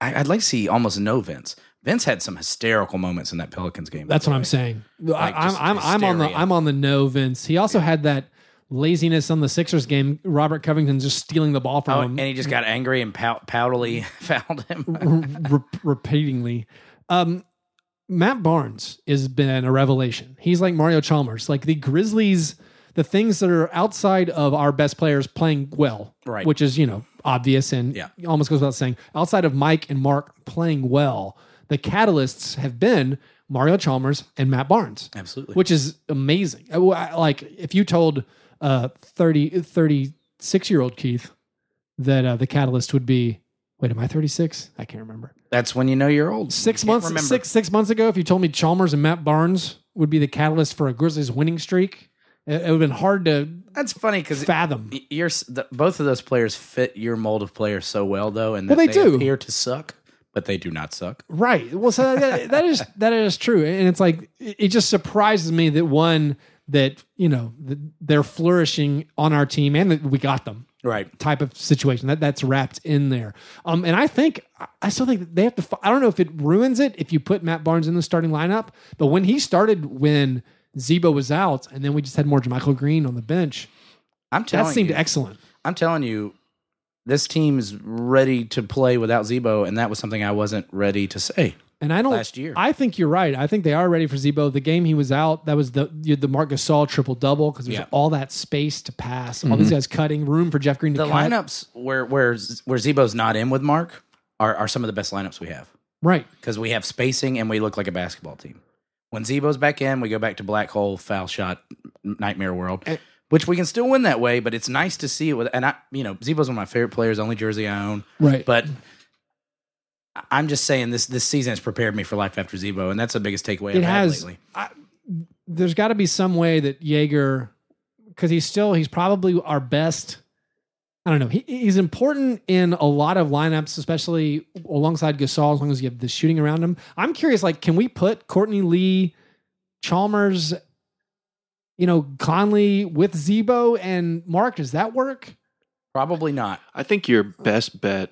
D: I, I'd like to see almost no Vince. Vince had some hysterical moments in that Pelicans game.
C: That's what I'm saying.
D: Like,
C: I, am
D: just
C: I'm, I'm on the
D: hysteria.
C: I'm on the no, Vince. He also had that laziness on the Sixers game. Robert Covington just stealing the ball
D: Oh,
C: from
D: and
C: him
D: he just got angry and pout, poutily fouled him.
C: re- repeatedly. Um, Matt Barnes has been a revelation. He's like Mario Chalmers, like the Grizzlies. The things that are outside of our best players playing well,
D: Right.
C: Which is you know obvious and
D: Yeah.
C: almost goes without saying. Outside of Mike and Mark playing well, the catalysts have been Mario Chalmers and Matt Barnes.
D: Absolutely.
C: which is amazing. I- I- Like if you told uh 30 36 year old Keith that uh, the catalyst would be wait am I 36? I can't remember.
D: That's when you know you're old.
C: 6
D: You can't
C: months
D: remember.
C: 6 6 months ago if you told me Chalmers and Matt Barnes would be the catalyst for a Grizzlies winning streak, it, it would have been hard to
D: That's funny because
C: fathom.
D: you're s- the, both of those players fit your mold of player so well, though, and
C: Well,
D: that
C: they do.
D: appear to suck, but they do not suck.
C: Right. Well, so that, that is that is true, and it's like it it just surprises me that one that you know that they're flourishing on our team and that we got them.
D: Right.
C: type of situation that that's wrapped in there. Um, and I think I still think that they have to. fi- I don't know if it ruins it if you put Matt Barnes in the starting lineup, but when he started, when Zebo was out, and then we just had more Jermichael Green on the bench.
D: I'm
C: That
D: telling
C: seemed
D: you,
C: excellent.
D: I'm telling you, this team's ready to play without Zebo, and that was something I wasn't ready to say.
C: And I don't.
D: Last year.
C: I think you're right. I think they are ready for Zebo. The game he was out, that was the you had the Marc Gasol triple double because there's
D: Yeah. Mm-hmm.
C: all that space to pass, all these guys cutting, room for Jeff Green to
D: The
C: cut.
D: lineups where where where Zebo's not in with Mark are, are some of the best lineups we have
C: Right.
D: because we have spacing and we look like a basketball team. When Zebo's back in, we go back to black hole foul shot nightmare world,
C: Eh.
D: which we can still win that way. But it's nice to see it with and I you know Zebo's one of my favorite players, only jersey I own.
C: Right.
D: But I- I'm just saying this this season has prepared me for life after Zebo, and that's the biggest takeaway
C: it
D: I've had
C: has.
D: lately.
C: I, there's got to be some way that Jaeger, because he's still he's probably our best. I don't know. He, he's important in a lot of lineups, especially alongside Gasol. As long as you have the shooting around him, I'm curious. Like, can we put Courtney Lee, Chalmers, you know, Conley with Zebo and Mark? Does that work?
D: Probably not.
E: I think your best bet.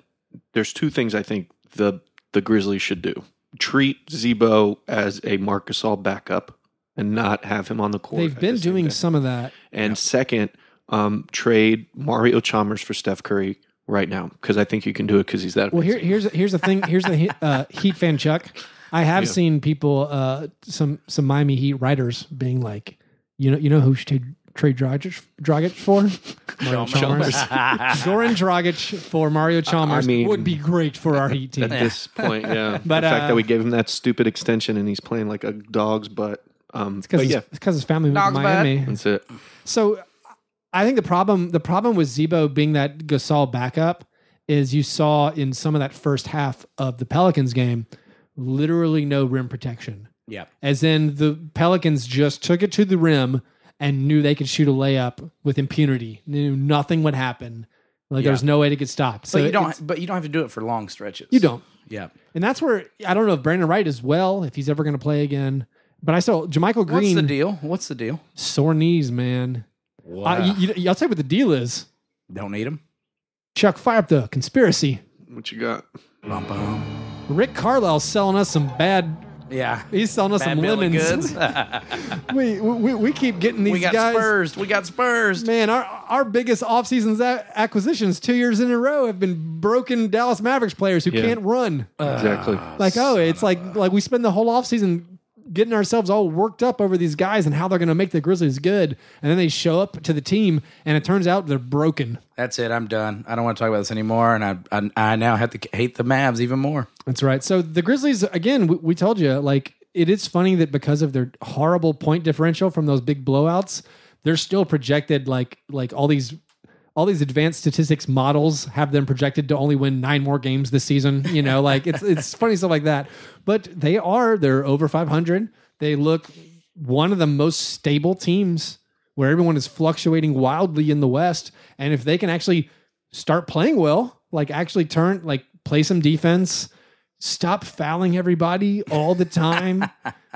E: There's two things I think the the Grizzlies should do: treat Zebo as a Marc Gasol backup and not have him on the court.
C: They've
E: at
C: been
E: the same
C: doing
E: time.
C: some of that.
E: And second, um, trade Mario Chalmers for Steph Curry right now because I think you can do it because he's that.
C: Well, here,
E: amazing.
C: here's here's the thing. Here's the he- uh, Heat fan Chuck. I have
E: Yeah.
C: seen people, uh, some some Miami Heat writers being like, you know, you know who should take trade Dragic, Dragic for? Mario Chalmers. Goran Dragic for Mario Chalmers
E: mean-
C: would be great for our Heat team.
E: at this point. Yeah,
C: But,
E: the fact
C: uh,
E: that we gave him that stupid extension and he's playing like a dog's butt. Um,
C: Because
E: but yeah,
C: his family moved to Miami.
E: that's it.
C: So I think the problem the problem with Zebo being that Gasol backup is you saw in some of that first half of the Pelicans game literally no rim protection.
D: Yeah.
C: As in the Pelicans just took it to the rim and knew they could shoot a layup with impunity. Knew nothing would happen. Like there was no way to get stopped. So
D: But you
C: it's-
D: don't. But you don't have to do it for long stretches.
C: you don't.
D: Yeah.
C: And that's where I don't know if Brandon Wright is well, if he's ever gonna play again. But I saw Jamichael
D: What's the
C: Green
D: deal? What's the deal?
C: sore knees, man.
D: Wow.
C: I, you, you, I'll tell you what the deal is.
D: don't need him.
C: Chuck, fire up the conspiracy.
E: What you got?
D: Bum, bum.
C: Rick Carlisle's selling us some bad.
D: Yeah.
C: He's selling us
D: Bad
C: some
D: bill of
C: lemons. we, we we keep getting these
D: we got
C: guys.
D: Spurs. We got Spurs.
C: Man, our our biggest offseason a- acquisitions two years in a row have been broken Dallas Mavericks players who
E: Yeah.
C: can't run.
E: Exactly.
C: like oh, it's like like we spend the whole offseason getting ourselves all worked up over these guys and how they're going to make the Grizzlies good, and then they show up to the team and it turns out they're broken.
D: That's it. I'm done. I don't want to talk about this anymore. And I I, I now have to c- hate the Mavs even more.
C: That's right. So the Grizzlies, again, we, we told you, like, it is funny that because of their horrible point differential from those big blowouts, they're still projected like like all these all these advanced statistics models have them projected to only win nine more games this season. You know, like it's it's funny stuff like that. But they are they're over five hundred. They look one of the most stable teams where everyone is fluctuating wildly in the West. And if they can actually start playing well, like actually turn like play some defense, stop fouling everybody all the time,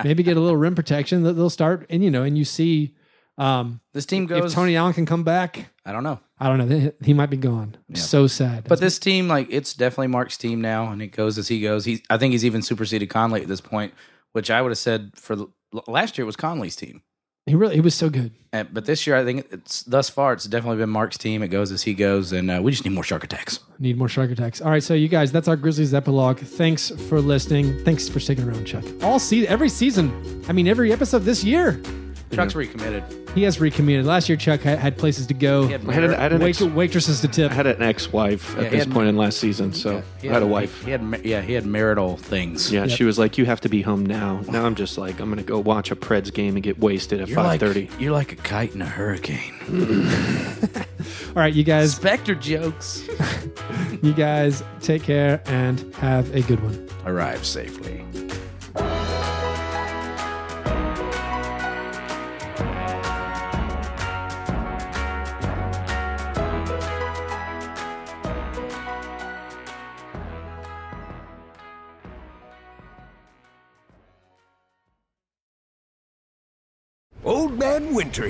C: maybe get a little rim protection, that they'll start and you know, and you see um
D: This team
C: if
D: goes.
C: Tony Allen can come back.
D: I don't know.
C: I don't know. th- He might be gone. I'm So sad.
D: But this team, like, it's definitely Mark's team now, and it goes as he goes. He's, I think he's even superseded Conley at this point, which I would have said for the- l- last year it was Conley's team.
C: he really he was so good.
D: Uh, but this year, I think it's thus far, it's definitely been Mark's team. It goes as he goes, and uh, we just need more shark attacks.
C: Need more shark attacks. All right, so you guys, that's our Grizzlies epilogue. Thanks for listening. Thanks for sticking around, Chuck. All season, every season. I mean, every episode this year,
D: Chuck's recommitted.
C: he has recommitted. Last year, Chuck had, had places to go,
D: He had
E: I had an, I
D: Merritt.
E: had an
C: wait,
E: ex,
C: waitresses to tip.
E: I had an ex-wife
D: he
E: at this
D: had-
E: point in last season, so
D: He
E: I had a wife.
D: He had ma- yeah, he had marital things.
E: Yeah, she was like, "You have to be home now." Now I'm just like, I'm gonna go watch a Preds game and get wasted at
D: You're like,
E: 5:30.
D: you're like a kite in a hurricane.
C: All right, you guys,
D: Spectre jokes.
C: you guys, take care and have a good one.
D: Arrive safely.
H: Old Man Winter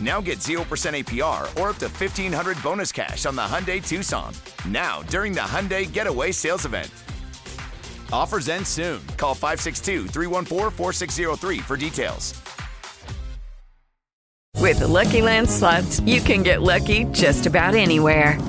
A: Now get 0% APR or up to 1500 bonus cash on the Hyundai Tucson. Now, during the Hyundai Getaway Sales Event. Offers end soon. Call 562 314 4603 for details.
B: With the Lucky Land slots, you can get lucky just about anywhere.